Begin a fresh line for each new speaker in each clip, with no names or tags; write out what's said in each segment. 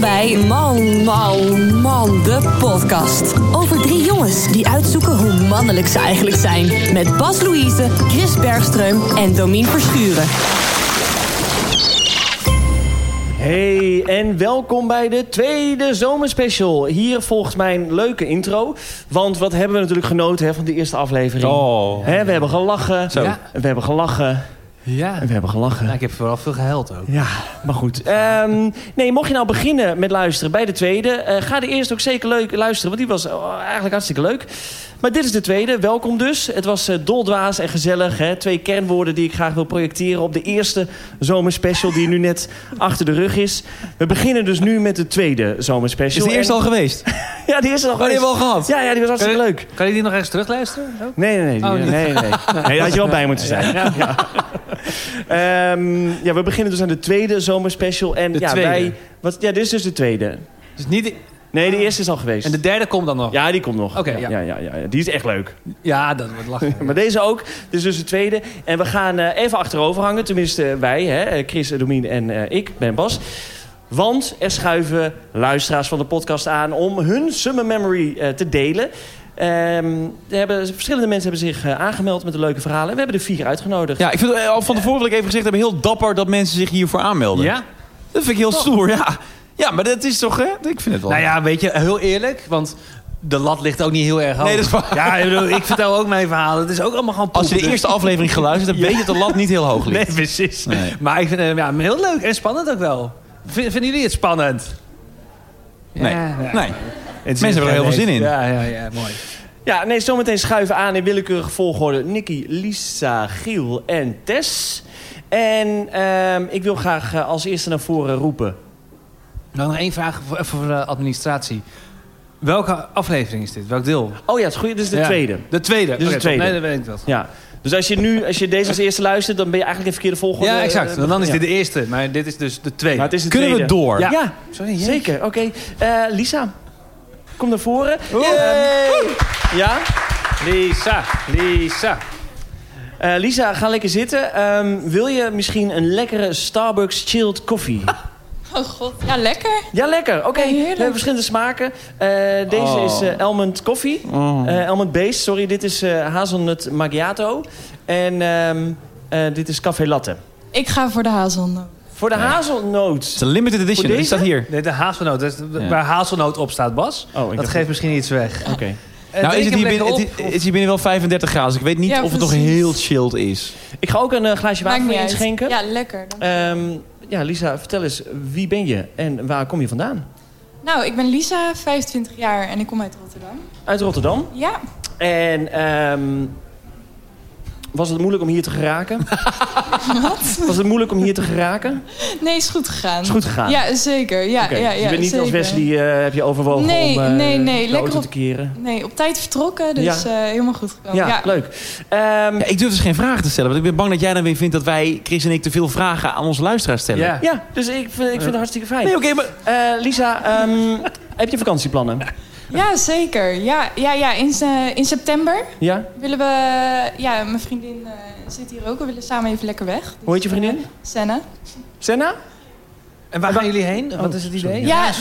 bij Man, Man, Man, de podcast. Over drie jongens die uitzoeken hoe mannelijk ze eigenlijk zijn. Met Bas Louise, Chris Bergström en Domien Verschuren.
Hey en welkom bij de tweede zomerspecial. Hier volgt mijn leuke intro. Want wat hebben we natuurlijk genoten hè, van de eerste aflevering.
Oh.
Hè, we hebben gelachen.
Zo.
Ja.
We hebben gelachen.
Ja.
En we hebben gelachen.
Nou, ik heb vooral veel gehuild ook.
Ja, maar goed. Ehm, nee, mocht je nou beginnen met luisteren bij de tweede... eh, ga de eerste ook zeker leuk luisteren, want die was eh, eigenlijk hartstikke leuk. Maar dit is de tweede. Welkom dus. Het was eh, doldwaas en gezellig. Hè? Twee kernwoorden die ik graag wil projecteren op de eerste zomerspecial... die nu net achter de rug is. We beginnen dus nu met de tweede
Is
zomerspecial.
de eerste
En-
al geweest?
Ja, die eerste al.
Oh, die hebben we al Eh, gehad.
Ja, ja, die was hartstikke leuk.
Kan je die nog eens terugluisteren? Ook?
Nee, nee, nee.
Oh,
nee,
niet.
nee, nee. nee. daar had je wel bij moeten zijn. Ja. Ehm, ja, we beginnen dus aan de tweede zomerspecial. En
De
ja,
tweede.
wij... Wat, ja, dit is dus de tweede.
Dus niet...
Nee, Ah. de eerste is al geweest.
En de derde komt dan nog?
Ja, die komt nog.
Oké,
ja.
ja.
Ja, ja, ja. Die is echt leuk.
Ja, dat wordt lachen.
Maar deze ook. Dit is dus de tweede. En we gaan eh, even achterover hangen. Tenminste, wij, hè, Eh, Chris, eh, Domien en eh, ik, Ben Bas. Want er schuiven luisteraars van de podcast aan om hun summer memory eh, te delen. Ehm, er hebben, verschillende mensen hebben zich eh, aangemeld met de leuke verhalen. En we hebben er vier uitgenodigd.
Ja, ik vind eh, al van tevoren wil ik even gezegd hebben, heel dapper dat mensen zich hiervoor aanmelden.
Ja?
Dat vind ik heel stoer, ja. Ja, maar dat is toch, hè? Ik vind het wel.
Nou ja, weet je, heel eerlijk, want de lat ligt ook niet heel erg hoog.
Nee, dat is waar.
Ja, ik, bedoel, ik vertel ook mijn verhaal. Het is ook allemaal gewoon poep.
Als je de
Dus-
eerste aflevering geluisterd hebt, weet je dat de lat niet heel hoog
Nee,
ligt.
precies.
Nee.
Maar ik vind het ja, heel leuk en spannend ook wel. V- vinden jullie het spannend?
Nee.
Ja, ja.
Nee.
Het is-
Mensen hebben er heel veel zin in.
Ja, ja, ja, mooi.
Ja, nee, zometeen schuiven aan in willekeurige volgorde. Nicky, Lisa, Giel en Tess. En ehm, ik wil graag eh, als eerste naar voren roepen.
Dan nog één vraag voor, voor de administratie. Welke aflevering is dit? Welk deel?
Oh ja, het is goed. Dit is de
Ja.
tweede.
De tweede.
Dit is de
Oké, top.
tweede.
Nee, dat weet ik wel.
Ja. Dus als je nu, als je deze als eerste luistert, dan ben je eigenlijk in verkeerde volgorde.
Ja, exact.
eh,
Want dan is
ja.
dit de eerste, maar dit is dus de tweede.
Maar het is de
Kunnen we
tweede.
door?
Ja,
Ja.
Sorry, jeetje. zeker. Oké, Eh, Lisa, kom naar voren. Ehm, ja.
Lisa, Lisa.
Eh, Lisa, ga lekker zitten. Ehm, wil je misschien een lekkere Starbucks chilled koffie?
Oh god, ja lekker.
Ja, lekker. Oké,
Ja,
we
heerlijk.
hebben verschillende smaken. Eh, deze
Oh.
is eh almond koffie.
Oh.
Eh, almond base, sorry. Dit is eh hazelnut macchiato. En ehm, eh, dit is café latte.
Ik ga voor de hazelnoot.
Voor de hazelnoot.
Het is een limited edition.
Voor
Die
deze?
staat hier.
Nee, de hazelnoot. Dat is
Ja.
Waar hazelnoot op staat, Bas.
Oh, ik
dat
dacht-
geeft misschien iets weg.
Oké.
Eh, drink
nou, is het,
hem
hier binnen,
lekker
het- het is hier binnen wel 35 graden. Dus ik weet niet
Ja,
of het nog
precies.
heel chilled is.
Ik ga ook een eh, glaasje water voor je
uit.
inschenken. Eh. Ja.
Ja, lekker. dank.
ja, Lisa, vertel eens. Wie ben je en waar kom je vandaan?
Nou, ik ben Lisa, 25 jaar en ik kom uit Rotterdam.
Uit Rotterdam.
Ja,
En ehm, was het moeilijk om hier te geraken? Was het moeilijk om hier te geraken?
nee, is goed gegaan.
Is goed gegaan.
Ja, zeker. Ja,
Oké,
ja,
dus
ja,
je bent niet als
zeker.
Wesley, eh, heb je overwogen
Nee,
om eh,
nee, nee,
de
lekker
auto
op-
te keren.
Nee, op tijd vertrokken, dus eh, helemaal goed gekomen.
Ja, leuk. Ehm,
Ja, ik durf dus geen vragen te stellen. Want ik ben bang dat jij dan weer vindt dat wij, Chris en ik, te veel vragen aan onze luisteraars stellen.
Ja.
ja, dus ik vind, ik vind het hartstikke fijn.
Nee, oké, maar...
Eh, Lisa, ehm, heb je vakantieplannen?
Ja, zeker. Ja, ja, ja. In, eh, in september
Ja?
willen we... Ja, mijn vriendin eh, zit hier ook. We willen samen even lekker weg.
Hoe heet je vriendin?
Senna.
Senna?
En waar gaan jullie heen? Wat is het Oh, idee?
Ja, dat,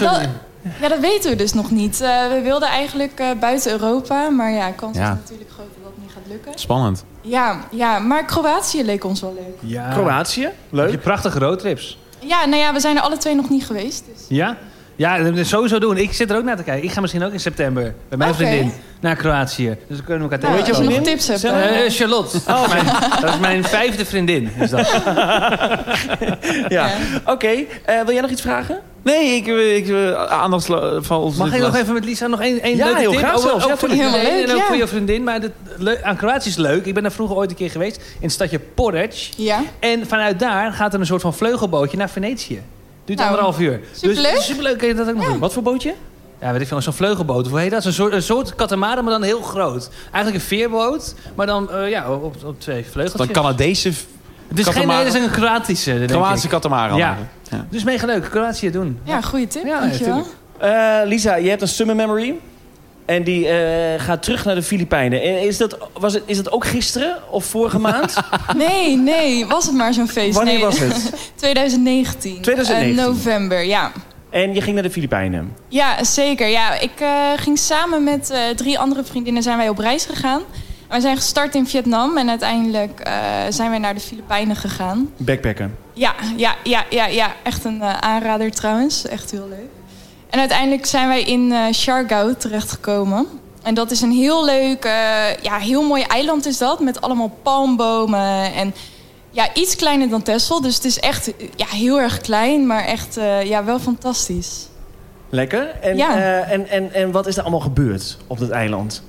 ja, dat weten we dus nog niet. Eh, we wilden eigenlijk eh, buiten Europa, maar ja, kans
Ja.
is natuurlijk groot dat dat niet gaat lukken.
Spannend.
Ja, ja, maar Kroatië leek ons wel leuk.
Ja.
Kroatië?
Heb je
Leuk.
prachtige roadtrips.
Ja, nou ja, we zijn er alle twee nog niet geweest. Dus.
Ja? Ja, dat moet je sowieso doen. Ik zit er ook naar te kijken. Ik ga misschien ook in september bij mijn
Oké.
vriendin naar Kroatië. Dus dan kunnen we elkaar
Nou,
Weet je
als je
vriendin?
nog tips hebt.
Zelf?
eh,
Eh, Charlotte. Dat, is mijn, dat is mijn vijfde vriendin. Is dat.
Ja.
Ja.
Oké, eh, wil jij nog iets vragen?
Nee, ik... ik eh, aandacht sla- valt...
Mag ik nog even met Lisa nog één één
Ja,
leuke
heel
tip?
graag
Ook-
zelfs.
ook
Ja,
voor
tuurlijk.
iedereen
Heel
en ook
leuk,
voor
ja.
je vriendin. Maar dit, le- aan Kroatië is leuk. Ik ben daar vroeger ooit een keer geweest. In het stadje Poreč.
ja.
En vanuit daar gaat er een soort van vleugelbootje naar Venetië. Duurt
Nou,
anderhalf uur.
superleuk.
Dus superleuk kun je dat ook nog doen.
Wat voor bootje?
Ja, weet ik veel, zo'n vleugelboot. Hoe heet dat? Zo'n soort, een soort katamaran, maar dan heel groot. Eigenlijk een veerboot, maar dan eh, ja, op, op twee vleugels.
Dan Canadese...
Het is geen, nee,
katamaran.
dat is een Kroatische, denk
Kroatische
ik.
katamaran.
Ja. Dus mega leuk, Kroatië doen.
ja, goede tip,
Ja,
dankjewel.
tuurlijk.
Eh, Lisa, je hebt een summer memory. En die eh, gaat terug naar de Filipijnen. En Is dat, was het, is dat ook gisteren of vorige maand?
Nee, nee, was het maar zo'n feest.
Wanneer
nee,
was het?
2019. eh,
2019.
november, ja.
En En je ging naar de Filipijnen.
Ja, zeker. Ja, ik eh, ging samen met eh, drie andere vriendinnen zijn wij op reis gegaan. En we zijn gestart in Vietnam en uiteindelijk eh, zijn wij naar de Filipijnen gegaan.
Backpacken.
Ja, ja, ja, ja, ja. Echt een eh, aanrader trouwens. Echt heel leuk. En uiteindelijk zijn wij in eh Siargao terechtgekomen. En dat is een heel leuk, eh, ja, heel mooi eiland is dat. Met allemaal palmbomen en ja, iets kleiner dan Texel. Dus het is echt eh, ja, heel erg klein, maar echt eh, ja, wel fantastisch.
Lekker. En,
Ja.
eh, en, en, en wat is er allemaal gebeurd op dat eiland?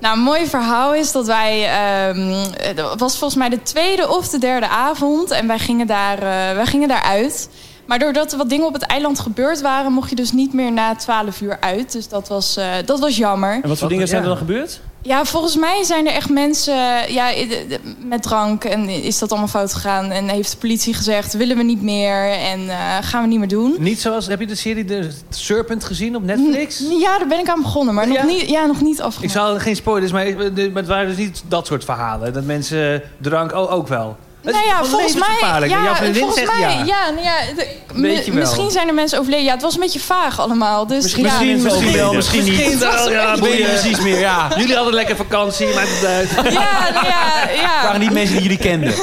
Nou, een mooi verhaal is dat wij. ehm, Het was volgens mij de tweede of de derde avond. En wij gingen, daar, eh, wij gingen daar uit. Maar doordat er wat dingen op het eiland gebeurd waren, mocht je dus niet meer na 12 uur uit. Dus dat was, eh, dat was jammer.
En wat voor
Wat-
dingen zijn er
ja.
dan gebeurd?
Ja, volgens mij zijn er echt mensen eh, ja, i- de- de- met drank. En is dat allemaal fout gegaan? En heeft de politie gezegd: willen we niet meer en eh, gaan we niet meer doen.
Niet zoals, heb je de serie The Serpent gezien op Netflix?
Ja, daar ben ik aan begonnen, maar
Ja?
nog, niet, ja, nog niet
Ik
afgerond.
zal geen spoilers, maar, maar het waren dus niet dat soort verhalen. Dat mensen drank oh, ook wel. Het
Nou
is
ja,
wel
volgens mij.
levensgevaarlijk.
Ja,
Jouw vriendin
volgens
zegt
mij.
ja.
nou ja, de- m-
Weet je wel.
Misschien zijn er mensen overleden. Ja, het was een beetje vaag allemaal. Dus ja,
misschien wel, misschien niet.
wel, ja,
Ik weet niet
boeien.
precies meer, ja.
Jullie hadden lekker vakantie, maar eh, het uit.
Ja, nou ja,
Het
ja.
waren niet mensen die jullie kenden.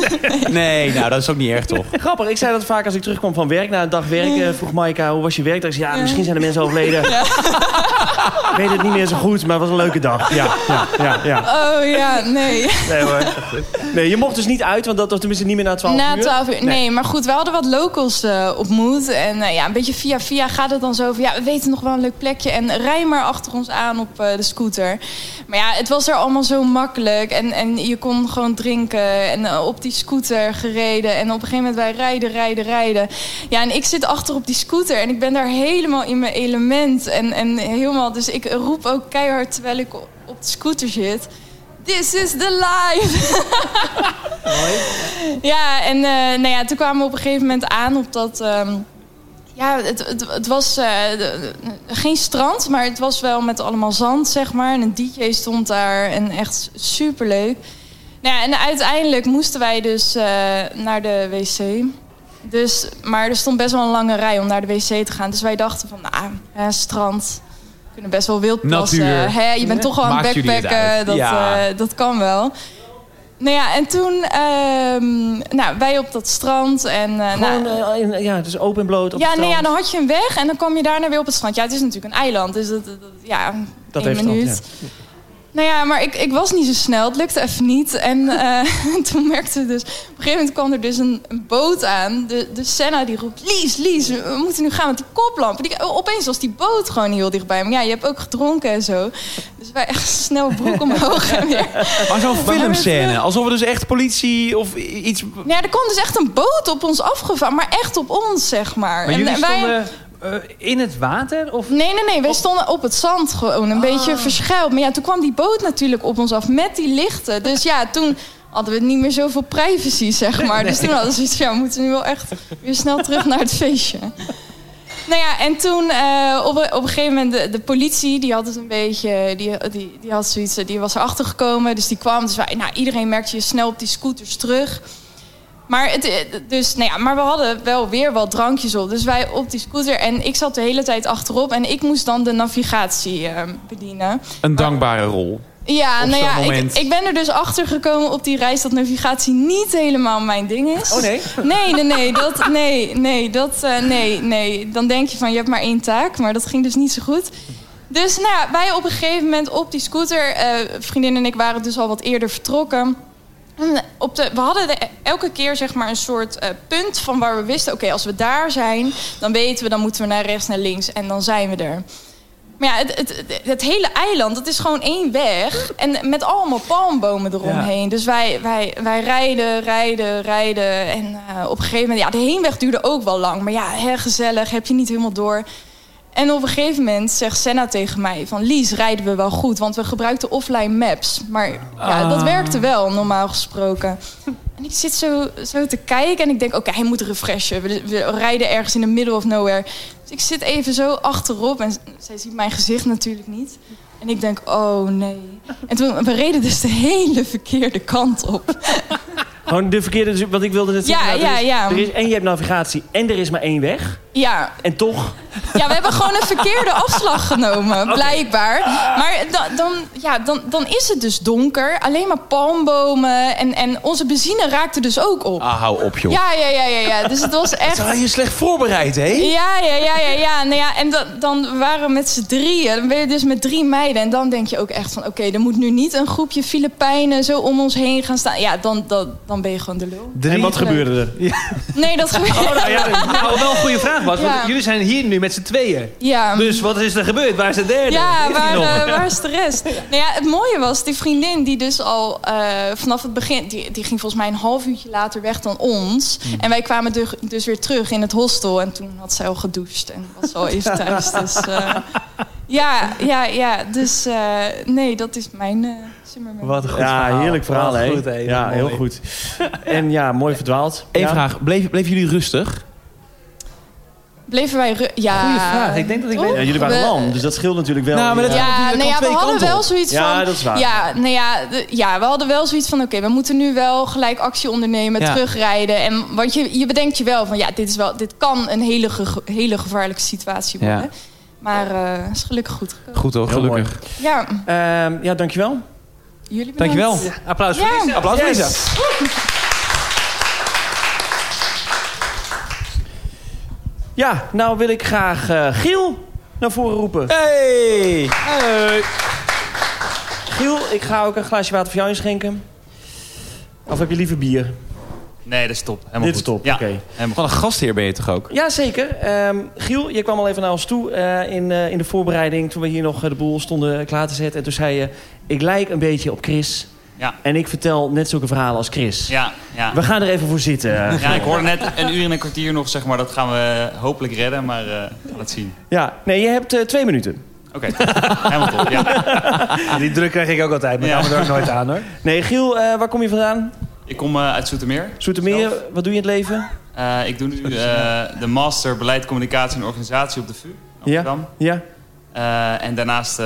Nee, nou, dat is ook niet erg, toch?
Grappig, ik zei dat vaak als ik terugkwam van werk. Na een dag werk eh, vroeg Maika, hoe was je werkdag? Ik zei, ja, misschien zijn er mensen overleden. Ik weet het niet meer zo goed, maar het was een leuke dag. Ja, ja, ja. ja.
Oh ja, nee.
Nee, hoor. nee, je mocht dus niet uit, want dat was tenminste niet meer na 12
Na
uur.
12 uur. Nee, maar goed, we hadden wat locals eh, ontmoet. En eh, ja, een beetje via via gaat het dan zo van... ja, we weten nog wel een leuk plekje. En rij maar achter ons aan op eh, de scooter. Maar ja, het was er allemaal zo makkelijk. En, en je kon gewoon drinken. En eh, op die scooter gereden. En op een gegeven moment wij rijden, rijden, rijden. Ja, en ik zit achter op die scooter. En ik ben daar helemaal in mijn element. En, en helemaal... Dus ik roep ook keihard terwijl ik op op de scooter zit... This is the life! Ja, en eh, nou ja, toen kwamen we op een gegeven moment aan op dat. ehm, ja, het, het, het was eh, de- de- geen strand, maar het was wel met allemaal zand, zeg maar. En een DJ stond daar en echt superleuk. Nou ja, en uiteindelijk moesten wij dus eh, naar de wc. Dus, maar er stond best wel een lange rij om naar de wc te gaan. Dus wij dachten van, nou, hè, strand. We kunnen best wel wild plassen.
Natuur.
Hè, je bent toch wel aan het
Maakt jullie het
backpacken.
uit?
Dat,
Ja.
eh, dat kan wel. Nou ja, en toen... ehm, nou, wij op dat strand. En, eh, nou,
Gewoon, eh, in- ja, dus open en bloot op
ja,
het
nee, ja,
strand.
dan had je hem weg en dan kwam je daarna weer op het strand. Ja, het is natuurlijk een eiland, dus dat, dat- dat- ja,
Dat
één
heeft stand,
minuut. Nou ja, maar ik, ik was niet zo snel. Het lukte even niet. En eh, toen merkte we dus... Op een gegeven moment kwam er dus een, een boot aan. De, de Senna die roept... Lies, Lies, we we moeten nu gaan met die koplampen. Die, eh, opeens was die boot gewoon heel dichtbij. Maar ja, je hebt ook gedronken en zo. Dus wij echt snel broek omhoog en weer.
Maar zo'n filmscène, alsof er dus echt politie of i- iets...
Nou ja, er kwam dus echt een boot op ons afgevaren. Maar echt op ons, zeg maar.
Maar
En
jullie
wij-
stonden eh, in het water? Of
Nee, nee, nee. Wij stonden op het zand gewoon.
Ah.
Een beetje verschuild. Maar ja, toen kwam die boot natuurlijk op ons af met die lichten. Dus ja, toen hadden we niet meer zoveel privacy, zeg maar. Dus toen hadden ze zoiets van, ja, we moeten nu wel echt weer snel terug naar het feestje. Nou ja, en toen eh, op, een- op een gegeven moment, de, de politie, die had het een beetje, die, die, die had zoiets, eh, die was erachter gekomen. Dus die kwam, dus wij, nou, iedereen merkte je snel op die scooters terug. Maar, het, eh, dus, nou ja, maar we hadden wel weer wat drankjes op. Dus wij op die scooter. En ik zat de hele tijd achterop. En ik moest dan de navigatie eh, bedienen.
Een dankbare rol.
Ja,
Op
nou
zo'n
ja, ik,
moment.
ik ben er dus achter gekomen op die reis dat navigatie niet helemaal mijn ding is.
Oh nee?
Nee, nee, nee, dat, nee, nee, dat, eh, nee, nee. Dan denk je van je hebt maar één taak, maar dat ging dus niet zo goed. Dus nou ja, wij op een gegeven moment op die scooter, eh, vriendin en ik waren dus al wat eerder vertrokken. En Op de, we hadden de- elke keer zeg maar een soort eh, punt van waar we wisten, oké, als we daar zijn, dan weten we, dan moeten we naar rechts, naar links en dan zijn we er. Maar ja, het, het, het, het hele eiland, dat is gewoon één weg. En met allemaal palmbomen eromheen. Dus wij, wij, wij rijden, rijden, rijden. En eh, op een gegeven moment... Ja, de heenweg duurde ook wel lang. Maar ja, hè, gezellig, heb je niet helemaal door. En op een gegeven moment zegt Senna tegen mij van... Lies, rijden we wel goed? Want we gebruikten offline maps. Maar ja, dat werkte wel, normaal gesproken. En ik zit zo, zo te kijken en ik denk... Oké, hij moet refreshen. We, we rijden ergens in de middle of nowhere. Dus ik zit even zo achterop en z- zij ziet mijn gezicht natuurlijk niet. En ik denk, oh nee. En toen, we reden dus de hele verkeerde kant op.
Gewoon de verkeerde, dus- want ik wilde het
Ja,
zeggen. nou, er
ja,
is-
ja.
Er is, en je hebt navigatie en er is maar één weg.
Ja,
En toch,
ja, we hebben gewoon een verkeerde afslag genomen, blijkbaar. Maar da- dan, ja, dan, dan is het dus donker. Alleen maar palmbomen. En, en onze benzine raakte dus ook op.
Ah, hou op, joh.
Ja, ja, ja, ja, ja. Dus het was echt...
Zijn je slecht voorbereid, hè?
Ja, ja, ja, ja, ja. Nou ja en dan, dan waren we met z'n drieën. Dan ben je dus met drie meiden. En dan denk je ook echt van... Oké, er moet nu niet een groepje Filipijnen zo om ons heen gaan staan. Ja, dan, dan, dan ben je gewoon de lul.
en wat gebeurde er?
Nee, dat gebeurt...
Nou ja, nou, wel een goede vraag, Bas. Want
Ja.
jullie zijn hier nu met z'n tweeën.
Ja.
Dus wat is er gebeurd? Waar is de derde? Leeft
Ja,
die
waar,
nog?
eh, waar is de rest? Nou ja, het mooie was, die vriendin die dus al eh, vanaf het begin... Die, die ging volgens mij een half uurtje later weg dan ons.
Mm.
En wij kwamen du- dus weer terug in het hostel. En toen had zij al gedoucht en was al even thuis. Dus eh, ja, ja, ja. Dus eh, nee, dat is mijn eh Zimmerman.
Wat een goed
ja,
verhaal.
heerlijk verhaal,
Wat
hè?
goed, hè?
Ja,
Mooi.
heel goed. En ja, mooi verdwaald.
Eén
Ja.
vraag. Bleef, bleven jullie rustig?
Bleven wij... ru- Ja,
Goeie vraag. Ik denk dat ik
Toch?
weet-
Ja, jullie waren
We-
lam, dus dat scheelt natuurlijk wel.
Nou, maar dat-
Ja.
Ja,
kan
nou ja, we
twee
hadden
kanten
wel
op.
zoiets
Ja,
van.
dat is waar.
Ja, nou ja, de- ja, we hadden wel zoiets van: oké, we moeten nu wel gelijk actie ondernemen,
Ja.
terugrijden. En, want je, je bedenkt je wel van: ja, dit, is wel, dit kan een hele, ge- hele gevaarlijke situatie
Ja.
worden. Maar eh is gelukkig goed gekomen.
Goed hoor,
Heel
gelukkig.
Ja,
Ehm, ja, dankjewel.
jullie bedankt.
Dankjewel.
Applaus voor
eh, Ja.
Lisa.
Applaus,
Yes.
Lisa.
Ja, nou wil ik graag eh, Giel naar voren roepen.
Hey!
Giel, ik ga ook een glaasje water voor jou inschenken. Of heb je liever bier?
Nee, dat is top. Helemaal
Dit
goed.
is top,
Ja,
oké.
helemaal
Wat een gastheer ben je toch ook?
Jazeker. Ehm Giel, je kwam al even naar ons toe eh, in, eh, in de voorbereiding. Toen we hier nog eh, de boel stonden klaar te zetten. En toen zei je, ik lijk een beetje op Chris.
Ja.
En ik vertel net zulke verhalen als Chris.
goed. Ja, ja.
We gaan er even voor zitten. eh,
ja, ik hoorde net een uur en een kwartier nog, zeg maar. Dat gaan we hopelijk redden, maar eh, we gaan het zien.
Ja, nee, je hebt eh, twee minuten.
Oké, helemaal top. Ja.
Ah, Die druk krijg ik ook altijd, maar
Ja.
daar namen er ook nooit aan hoor.
Nee, Giel, eh, waar kom je vandaan?
Ik kom eh, uit Zoetermeer.
Zoetermeer, wat doe je in het leven?
Eh, ik doe nu eh, de master beleid, communicatie en organisatie op de VU. Amsterdam.
Ja?
Eh, en daarnaast eh,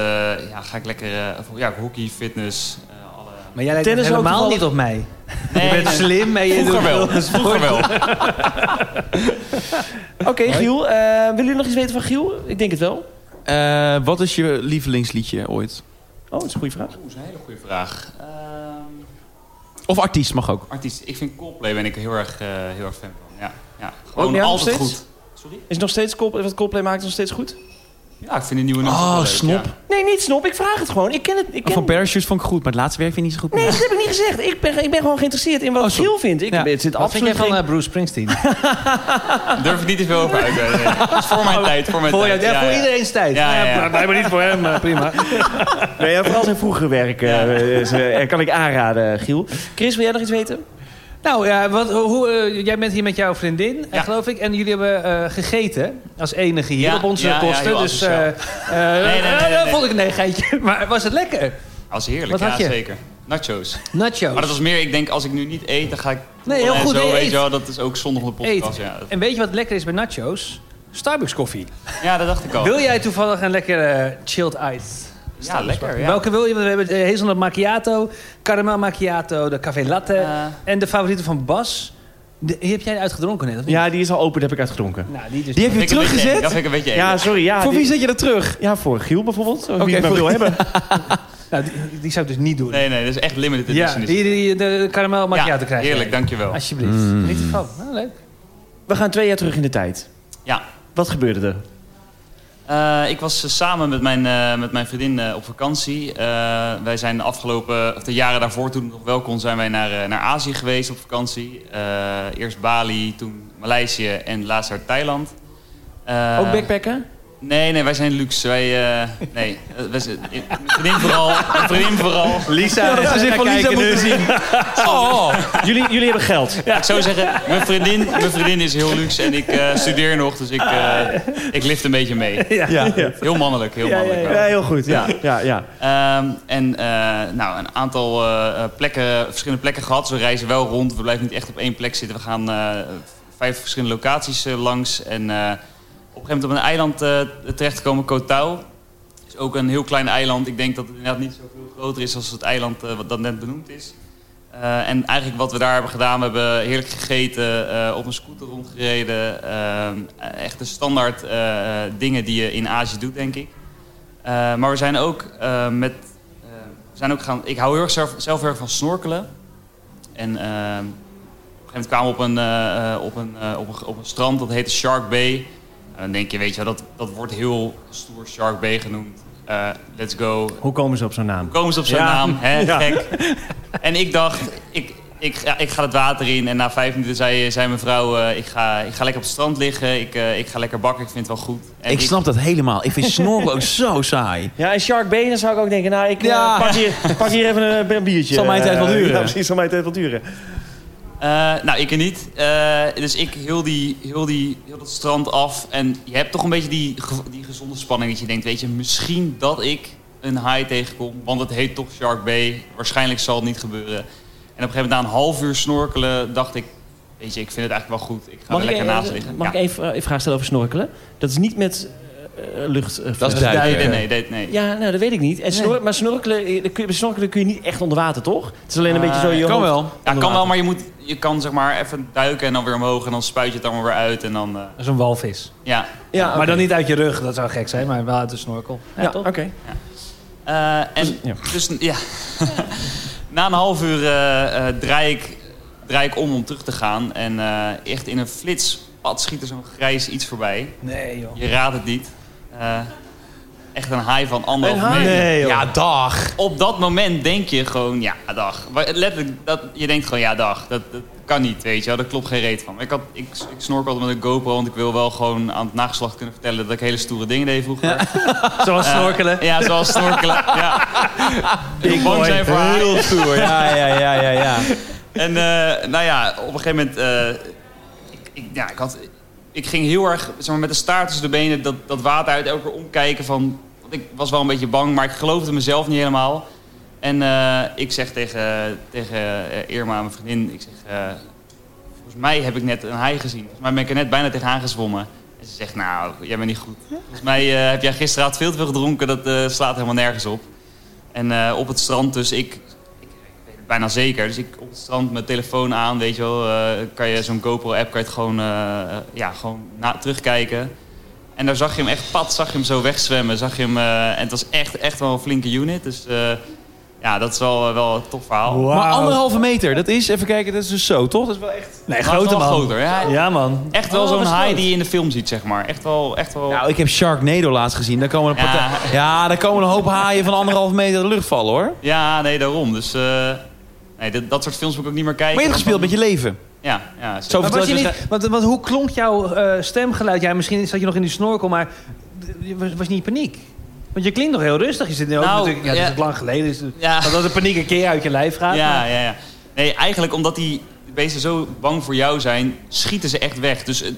ja, ga ik lekker eh, voor- ja, hockey, fitness, eh, alle...
Maar jij lijkt
Tennis ook
helemaal
toevallig.
niet op mij.
Nee,
je bent
nee.
slim en je
Vroeger
doet
wel. Vroeger wel.
Oké, Giel. eh, willen jullie nog iets weten van Giel? Ik denk het wel.
Eh, wat is je lievelingsliedje ooit?
Oh, dat is een goede vraag.
Oeh, dat is een hele goede vraag. Ehm,
Of artiest mag ook.
artiest, ik vind Coldplay ben ik heel erg, eh, heel erg fan van. Ja, ja. Gewoon
Ook, ja, nog
altijd
steeds?
goed. Sorry?
Is het nog steeds Coldplay, wat Coldplay maakt nog steeds goed?
Ja, ik vind de nieuwe nummers
Oh,
ook wel leuk,
snop.
ja.
Nee, niet snop. Ik vraag het gewoon. Ik ken het. Ik ken...
Van Parachutes vond ik goed, maar het laatste werk vind ik niet zo goed.
Nee, dat heb ik niet gezegd. Ik ben, ik ben gewoon geïnteresseerd in wat
Oh, sorry.
Giel vindt. Ik,
Ja.
Het zit
Wat vind jij
absoluut
van
geen...
eh, Bruce Springsteen?
Durf ik niet te veel over uit. te leggen. Dat is voor mijn tijd. Voor, mijn
voor jou, ja,
tijd. ja,
voor
ja.
iedereen's tijd.
Ja, ja, ja.
maar niet voor hem, eh, prima.
Nee, ja, vooral zijn vroegere werk eh, is, eh, kan ik aanraden, Giel. Chris, wil jij nog iets weten?
Nou ja, wat, hoe, eh, jij bent hier met jouw vriendin, eh,
Ja.
geloof ik. En jullie hebben eh, gegeten als enige hier
Ja,
op onze
ja, ja,
kosten.
heel
dus eh
asociaal.
eh,
nee, nee,
eh,
nee,
dat
nee.
vond ik nee, geitje. Maar was het lekker?
Als heerlijk,
Wat
ja,
had je?
zeker. Nachos.
Nacho's.
Maar dat was meer, ik denk, als ik nu niet eet, dan ga ik...
Nee, heel
en
goed,
zo,
nee,
weet
eet.
je wel, dat is ook zondag op de podcast.
Eet.
Ja. Dat-
En weet je wat lekker is bij nachos? Starbucks koffie.
ja, dat dacht ik al.
Wil jij toevallig een lekker eh, chilled ice?
Ja, lekker. Ja.
Welke wil je? Want We hebben eh, hazelnut macchiato, caramel macchiato, de café latte.
Eh,
En de favoriete van Bas, de- die heb jij uitgedronken net, of niet?
Ja, die is al open. Dat heb ik uitgedronken.
Nou, die dus
Die heb je
vind ik een beetje eng.
teruggezet?
Dat vind ik een beetje eng.
Ja, sorry. Ja,
Voor
die-
wie zet je dat terug?
Ja, voor Giel bijvoorbeeld. Oké,
Oké,
voor
voor-
wil hebben.
Nou, die, die zou ik dus niet doen.
Nee, nee, dat is echt limited
ja,
edition. dus-
die, die- de caramel macchiato
ja,
krijg je.
heerlijk, dankjewel.
Alsjeblieft.
Mm.
Niet ervan. Nou, leuk.
We gaan twee jaar terug in de tijd.
Ja.
Wat gebeurde er?
Eh, ik was eh, samen met mijn, eh, met mijn vriendin eh, op vakantie. Eh, wij zijn de afgelopen, of de jaren daarvoor toen het nog wel kon, zijn wij naar, eh, naar Azië geweest op vakantie. Eh, eerst Bali, toen Maleisië en laatst naar Thailand. Eh,
Ook backpacken?
Nee, nee, wij zijn luxe. Wij, eh, nee, Eh, wij zijn, eh, mijn vriendin vooral. Mijn vriendin vooral.
Lisa,
dat is gezicht van Lisa moeten zien. Oh,
Jullie, jullie hebben geld.
Ik zou zeggen, mijn vriendin, mijn vriendin is heel luxe en ik eh, studeer nog, dus ik, eh, ik lift een beetje mee.
ja.
Heel mannelijk, heel mannelijk. wel.
Ja, heel goed. Ja, ja, ja.
Ehm, en eh, nou, een aantal eh, plekken, verschillende plekken gehad. Dus we reizen wel rond. We blijven niet echt op één plek zitten. We gaan eh, vijf verschillende locaties eh, langs. En eh, op een gegeven moment op een eiland eh terechtkomen, Koh Tao. is ook een heel klein eiland. Ik denk dat het inderdaad niet zoveel groter is als het eiland eh, wat dat net benoemd is. Eh, en eigenlijk wat we daar hebben gedaan, we hebben heerlijk gegeten, eh, op een scooter rondgereden. Ehm, echt de standaard eh, dingen die je in Azië doet, denk ik. Eh, maar we zijn ook eh, met. eh, we zijn ook gaan, ik hou heel erg zelf, zelf heel erg van snorkelen. En ehm, op een gegeven moment kwamen we op een, eh, eh, op een, eh, op een, op een strand dat heette Shark Bay. En dan denk je, weet je wel, dat, dat wordt heel stoer Shark Bay genoemd. Eh, let's go,
Hoe komen ze op zo'n naam?
komen ze op zijn
Ja.
naam. Hè,
Ja.
gek. En ik dacht, ik, ik, ja, ik ga het water in. En na vijf minuten zei, zei mijn vrouw, eh, ik, ga, ik ga lekker op het strand liggen. Ik, eh, ik ga lekker bakken, ik vind het wel goed. En
Ik snap dat helemaal. Ik vind snorkelen ook zo saai.
Ja, en Shark Bay, dan zou ik ook denken, nou, ik eh,
Ja.
pak, hier, pak hier even een, een biertje.
Zal mijn tijd wel
Eh,
duren.
Ja, precies, zal mijn tijd wel duren.
Eh, nou, ik er niet. Eh, dus ik heel, die, heel, die, heel dat strand af. En je hebt toch een beetje die, ge- die gezonde spanning. Dat je denkt, weet je, misschien dat ik een haai tegenkom. Want het heet toch Shark Bay. Waarschijnlijk zal het niet gebeuren. En op een gegeven moment na een half uur snorkelen dacht ik... Weet je, ik vind het eigenlijk wel goed. Ik ga er
ik,
lekker
eh,
naast liggen.
mag
Ja.
ik even eh, een vraag stellen over snorkelen? Dat is niet met eh, lucht... eh,
Dat is
vlucht.
duiken.
Nee, nee, nee. nee.
Ja, nou, dat weet ik niet. En snor- Maar snorkelen, eh, dan kun je, bij snorkelen kun je niet echt onder water, toch? Het is alleen een
Ah,
beetje zo... Je
Kan
hoofd-
wel.
Ja,
onder
kan wel,
water.
maar je, moet, je kan zeg maar even duiken en dan weer omhoog. En dan spuit je het allemaal weer uit. En dan, eh,
Dat is een walvis.
ja.
Ja, oké.
Maar dan niet uit je rug, dat zou gek zijn, maar wel uit de snorkel.
Ja, oké.
Eh, en
ja.
dus, ja. Na een half uur eh, eh, draai, ik, draai ik om om terug te gaan. En eh, echt in een flits, pad schiet er zo'n grijs iets voorbij.
Nee, joh.
Je raadt het niet. Eh, echt een haai van anderhalf
Een haai?
meter.
Nee, joh.
Ja, dag.
Op dat moment denk je gewoon, ja, dag. Maar Letterlijk, dat, je denkt gewoon, ja, dag. Dat, dat kan niet, weet je wel. Daar klopt geen reet van. Maar Ik, had, ik, ik snorkelde met een GoPro, want ik wil wel gewoon aan het nageslacht kunnen vertellen... dat ik hele stoere dingen deed vroeger.
Zoals snorkelen.
Ja, zoals snorkelen. ja. Ik wil bang zijn voor haaien.
Heel stoer. Ja, ja, ja, ja, ja.
En eh, nou ja, op een gegeven moment... eh, ik, ik, ja, ik, had, ik ging heel erg zeg maar, met de staart tussen de benen dat, dat water uit elke keer omkijken. Van, want ik was wel een beetje bang, maar ik geloofde mezelf niet helemaal. En eh, ik zeg tegen, tegen eh, Irma, mijn vriendin, ik zeg... eh, volgens mij heb ik net een haai gezien. Volgens mij ben ik er net bijna tegenaan gezwommen. En ze zegt, nou, jij bent niet goed. Volgens mij eh, heb jij gisteravond veel te veel gedronken. Dat eh, slaat helemaal nergens op. En eh, op het strand, dus ik, ik, ik weet het bijna zeker. Dus ik op het strand mijn telefoon aan, weet je wel. eh, kan je zo'n GoPro-app, kan je het gewoon, eh, ja, gewoon na, terugkijken. En daar zag je hem echt pad, zag je hem zo wegzwemmen. Zag je hem, eh, en het was echt, echt wel een flinke unit. Dus eh, ja, dat is wel, eh, wel een tof verhaal.
Maar anderhalve meter, dat is, even kijken, dat is dus zo, toch? Dat is wel echt...
Nee,
Maar het
grote
was wel
man.
groter, ja.
Ja, man.
Echt wel
Oh,
zo'n
dat is
haai
groot.
die je in de film ziet, zeg maar. Echt wel, echt wel...
Nou, ik heb Sharknado laatst gezien. Daar komen een,
Ja.
partij- ja, daar komen een hoop haaien van anderhalve meter de lucht vallen, hoor.
Ja, nee, daarom. Dus eh, nee, dat, dat soort films moet ik ook niet meer kijken.
Maar je hebt gespeeld met je leven.
Ja, ja. zeker.
Zo
Maar
vertel
was
ik
je
dus-
niet, want, want hoe klonk jouw eh, stemgeluid? Ja, misschien zat je nog in die snorkel, maar je was, was niet in paniek. Want je klinkt nog heel rustig. Je zit nu ook
Nou,
natuurlijk... Ja,
ja.
dat is lang geleden. Dus
Ja.
Dat de paniek een keer uit je lijf gaat.
Ja,
maar-
ja, ja. Nee, eigenlijk omdat die beesten zo bang voor jou zijn, schieten ze echt weg. Dus het-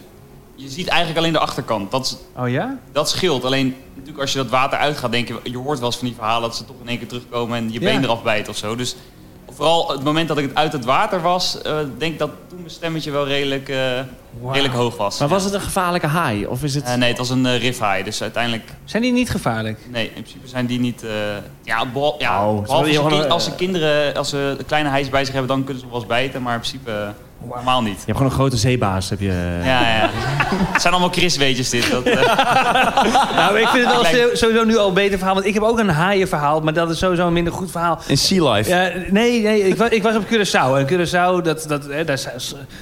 je ziet eigenlijk alleen de achterkant. Dat, is-
Oh ja?
dat scheelt. Alleen natuurlijk als je dat water uitgaat, denk je, je hoort wel eens van die verhalen dat ze toch in één keer terugkomen en je
Ja.
been eraf bijt of zo. Dus vooral het moment dat ik het uit het water was, eh, denk ik dat toen mijn stemmetje wel redelijk, eh, redelijk hoog was.
Maar was het een gevaarlijke haai? Of is het...
Eh, nee, het was een eh, rifhaai, dus uiteindelijk
Zijn die niet gevaarlijk?
Nee, in principe zijn die niet. eh, ja, behal- ja
Nou,
behalve als,
je
ze
gewoon,
kind-
eh,
als ze kinderen, als ze de kleine hijs bij zich hebben, dan kunnen ze nog wel eens bijten, maar in principe eh, normaal niet.
Je hebt gewoon een grote zeebaas, heb je...
Ja, ja. Het zijn allemaal Chris-weetjes dit. Dat, eh,
Nou, ik vind het wel
Lijkt-
zo- sowieso nu al een beter verhaal. Want ik heb ook een haaienverhaal, maar dat is sowieso een minder goed verhaal.
In Sea Life.
Ja, nee, nee ik, was, ik was op Curaçao. En Curaçao, dat, dat, hè, daar zijn-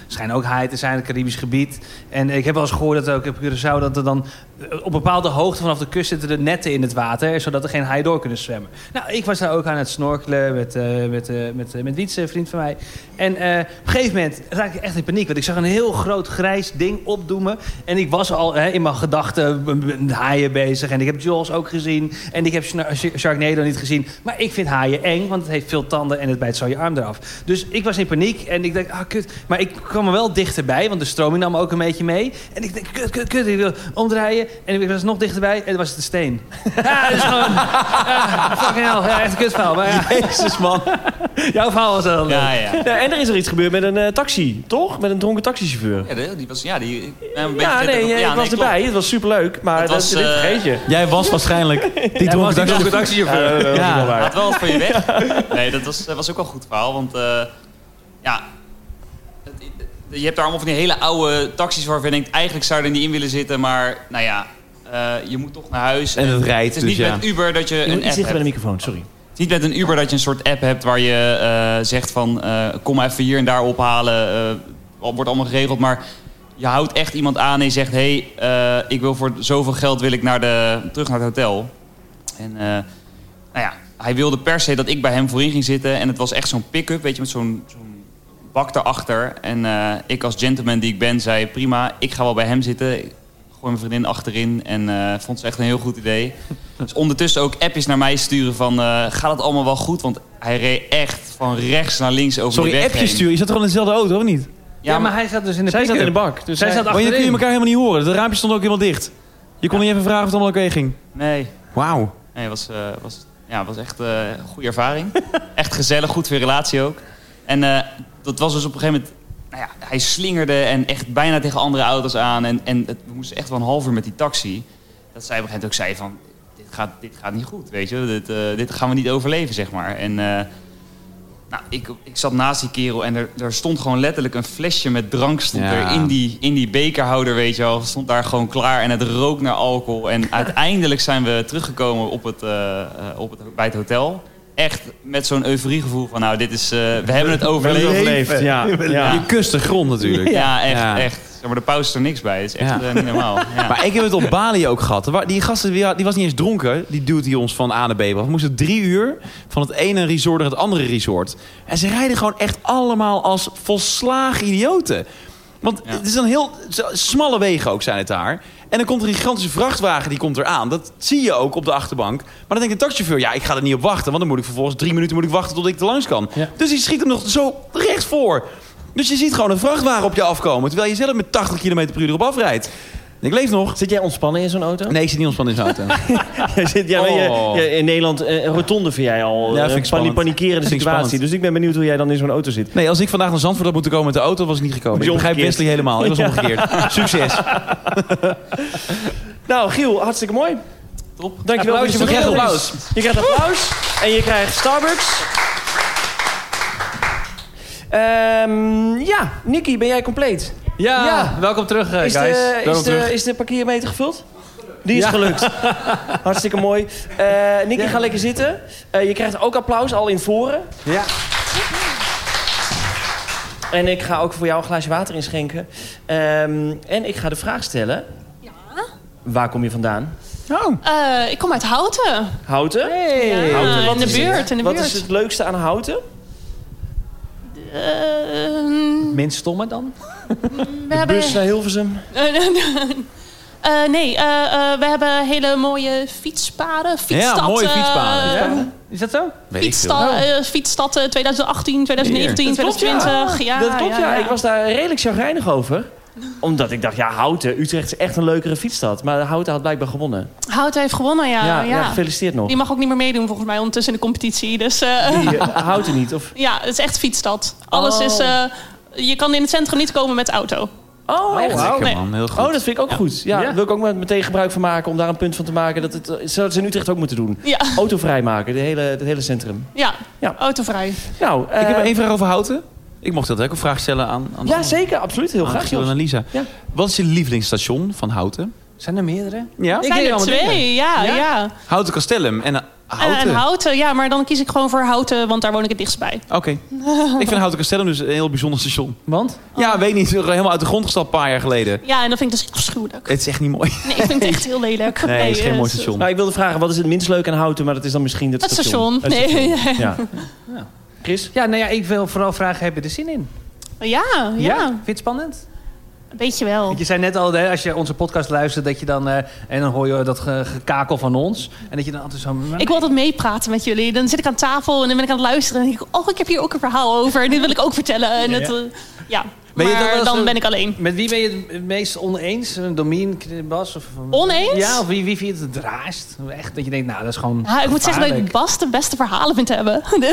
schijnen ook haaien te zijn, het Caribisch gebied. En ik heb wel eens gehoord dat ook op Curaçao... dat er dan eh, op bepaalde hoogte vanaf de kust zitten de netten in het water... zodat er geen haaien door kunnen zwemmen. Nou, ik was daar ook aan het snorkelen met, eh met, eh, met, eh, met Wietse, een vriend van mij. En eh, op een gegeven moment raakte ik echt in paniek. Want ik zag een heel groot grijs ding opdoemen. En ik was al hè, in mijn gedachten m- m- met haaien bezig. En ik heb Jaws ook gezien. En ik heb Sna- Sh- Sharknado niet gezien. Maar ik vind haaien eng, want het heeft veel tanden en het bijt zo je arm eraf. Dus ik was in paniek en ik dacht, ah kut. Maar ik kwam er wel dichterbij, want de stroming nam me ook een beetje mee. En ik dacht, kut, kut, kut, ik wil omdraaien. En ik was nog dichterbij en toen was het een steen. Ja, dus gewoon, ja, fucking hell. Ja, echt een kutverhaal. Maar ja,
Jezus, man.
jouw verhaal was wel leuk.
ja, ja.
Ja, en er is er iets gebeurd met een eh, taxi, toch? Met een dronken taxichauffeur.
ja, die- die was. Ja, die. ik ben een beetje
Ja,
verder-
nee, eh, ik was
klopt.
erbij. Het was superleuk, maar
Het
dat,
was,
dit
eh,
vergeet je.
Jij was waarschijnlijk die
Jij was die
dronken taxi.
dronken
Ja,
taxichauffeur.
dat was
Ja.
wel waar.
Laat wel wat van je weg. Nee, dat was, dat was ook wel een goed verhaal. Want eh, je hebt daar allemaal van die hele oude taxis waarvan je denkt... eigenlijk zou je er niet in willen zitten, maar nou ja, eh, je moet toch naar huis.
En het rijdt
het is
dus,
niet
ja.
met Uber dat je
Je moet
een
iets
app
dichter bij de
hebt.
microfoon, sorry.
Het is niet met een Uber dat je een soort app hebt waar je eh, zegt van... eh, kom maar even hier en daar ophalen, eh, wordt allemaal geregeld. Maar je houdt echt iemand aan en je zegt... hé, hey, eh, ik wil voor zoveel geld wil ik naar de, terug naar het hotel. En eh, nou ja, hij wilde per se dat ik bij hem voorin ging zitten. En het was echt zo'n pick-up, weet je, met zo'n zo'n bak erachter. En eh, ik als gentleman die ik ben, zei prima, ik ga wel bij hem zitten. Ik gooi mijn vriendin achterin en eh, vond ze echt een heel goed idee. Dus ondertussen ook appjes naar mij sturen van, eh, gaat het allemaal wel goed? Want hij reed echt van rechts naar links over de
Sorry,
weg
appjes
heen.
sturen. Je zat toch in dezelfde auto, of niet?
Ja, maar hij zat dus in de
Zij zat in de
pick-up.
bak. Dus
Zij
zij
zat
Maar je kun je
achterin.
elkaar helemaal niet horen. Het raampje stond ook helemaal dicht. Je kon niet even vragen of het allemaal oké ging.
Nee,
Wauw.
nee was, eh, was, ja, was echt eh, een goede ervaring. echt gezellig, goed voor je relatie ook. En eh, dat was dus op een gegeven moment... Nou ja, hij slingerde en echt bijna tegen andere auto's aan. En, en het, we moesten echt wel een half uur met die taxi. Dat zij op een gegeven moment ook zei van... Dit gaat, dit gaat niet goed, weet je. Dit, eh, dit gaan we niet overleven, zeg maar. En eh, nou, ik, ik zat naast die kerel en er, er stond gewoon letterlijk een flesje met drank stond
Ja.
er in, die, in die bekerhouder, weet je wel. Stond daar gewoon klaar en het rook naar alcohol. En uiteindelijk zijn we teruggekomen op het, eh, eh, op het, bij het hotel. Echt met zo'n euforiegevoel van, nou, dit is, eh, we hebben het overleefd.
overleefd. Ja, ja.
Je kust de grond natuurlijk.
Ja, echt,
Ja.
echt. Zeg maar de pauze is er niks bij. Het is echt
Ja.
eh, niet normaal. Ja.
Maar ik heb het op Bali ook gehad. Er wa- Die gasten, die wa- die was niet eens dronken. Die duwt die ons van A naar B. bracht. We moesten drie uur van het ene resort naar het andere resort. En ze rijden gewoon echt allemaal als volslagen idioten. Want
Ja.
het is een heel z- smalle wegen ook zijn het daar. En dan komt er een gigantische vrachtwagen die komt eraan. Dat zie je ook op de achterbank. Maar dan denkt de taxichauffeur, ja, ik ga er niet op wachten. Want dan moet ik vervolgens drie minuten moet ik wachten tot ik er langs kan.
Ja.
Dus die schiet hem nog zo recht voor. Dus je ziet gewoon een vrachtwagen op je afkomen. Terwijl je zelf met 80 km per uur erop afrijdt. Ik leef nog.
Zit jij ontspannen in zo'n auto?
Nee, ik zit niet ontspannen in zo'n auto.
Jij zit, ja, maar
Oh.
je, je- in Nederland, eh, een rotonde vind jij al
Ja,
eh,
vind ik
een pani-
spannend.
panikerende
Vind ik
situatie.
spannend.
Dus ik ben benieuwd hoe jij dan in zo'n auto zit.
Nee, als ik vandaag naar Zandvoort had moeten komen met de auto, was ik niet gekomen.
Was
Ik
je
begrijp
omgekeerd?
Wesley helemaal. Ik was
Ja.
omgekeerd. Succes.
Nou, Giel, hartstikke mooi.
Top.
Dankjewel.
Applausje
voor je
voor Giel.
terugkomst. Je krijgt applaus en je krijgt Starbucks. Ehm, ja, Nicky, ben jij compleet?
Ja,
Ja.
welkom terug, eh,
Is
guys.
de, is,
Welkom terug.
de, is de parkeermeter gevuld? Die is
Ja.
gelukt. Hartstikke mooi. Eh Nicky, ga lekker zitten. Eh, je krijgt ook applaus, al in voren.
Ja.
En ik ga ook voor jou een glaasje water inschenken. Ehm, en ik ga de vraag stellen. Waar kom je vandaan? Oh.
Eh, ik kom uit Houten.
Houten?
Ja,
Houten, wat
in de
is-
buurt, in de
Wat
buurt.
is het leukste aan houten?
Eh,
Minst stomme dan?
we hebben...
Bus naar Hilversum.
Eh, nee, eh, eh, we hebben hele mooie fietspaden, fietsstad.
Ja, mooie fietspaden.
eh,
Ja? Is dat zo?
Weet ik veel.
Fietsstad, eh, fietsstad eh, 2018, 2019,
Dat klopt, Nou. ja.
2020. Ja,
dat klopt, ja,
ja.
Ik was daar redelijk chagrijnig over. Omdat ik dacht, ja, Houten, Utrecht is echt een leukere fietsstad. Maar Houten had blijkbaar gewonnen.
Houten heeft gewonnen,
ja,
ja. ja,
Ah, ja. gefeliciteerd nog.
Die mag ook niet meer meedoen volgens mij ondertussen in de competitie. Dus eh,
Die, eh, Houten niet, of...
ja, het is echt fietsstad. Alles
Oh.
is... eh, je kan in het centrum niet komen met auto.
Oh, echt?
Lekker,
Nee.
man. Heel goed.
Oh, dat vind ik ook goed. Ja,
Ja.
daar wil ik ook met- meteen gebruik van maken om daar een punt van te maken. Dat het, eh, zouden ze in Utrecht ook moeten doen.
Ja,
Autovrij maken, de hele, het hele centrum.
ja.
Ja.
autovrij.
Nou,
Ik heb
eh,
één vraag over houten. Ik mocht dat ook een vraag stellen aan, aan,
Ja, zeker, absoluut. Heel
aan
graag,
Giel en
Jos.
aan Lisa.
Ja.
Wat is je lievelingsstation van houten?
Zijn er meerdere?
Ja?
Zijn er twee, ja,
Ja?
ja.
Houten Castellum en eh,
En,
houten.
en houten, ja, maar dan kies ik gewoon voor houten, want daar woon ik het dichtst bij.
Oké. ik vind houten Castellum dus een heel bijzonder station.
Want?
Ja, weet niet. Helemaal uit de grond gestapt een paar jaar geleden.
Ja, en dat vind ik dus afschuwelijk.
Het is echt niet mooi.
Nee, ik vind het echt heel lelijk.
Nee, het is geen
eh,
mooi
het-
station.
Nou, ik wilde vragen, wat is het minst leuk aan Houten? Maar dat is dan misschien het,
Het station.
Het
Nee.
station, Ja. Chris?
Ja, nou ja, ik wil vooral vragen, heb je er zin in?
Ja, ja,
Vind je het spannend?
Een beetje wel.
Want je zei net al, hè, als je onze podcast luistert, dat je dan... eh, en dan hoor je dat ge- gekakel van ons. En dat je dan altijd zo...
Ik wil altijd meepraten met jullie. Dan zit ik aan tafel en dan ben ik aan het luisteren. En denk ik, oh, ik heb hier ook een verhaal over. En dit wil ik ook vertellen. En het, eh, ja.
Ben je dan wel
Maar
eens
dan
een-
ben ik alleen.
Met wie ben je het meest oneens? Eh, Domien, K- Bas? Of,
Oneens?
Ja, of wie, wie vind je het draast? Echt, dat je denkt, nou, dat is gewoon
Ja, ik moet zeggen dat ik
gevaarlijk.
Bas de beste verhalen vind hebben.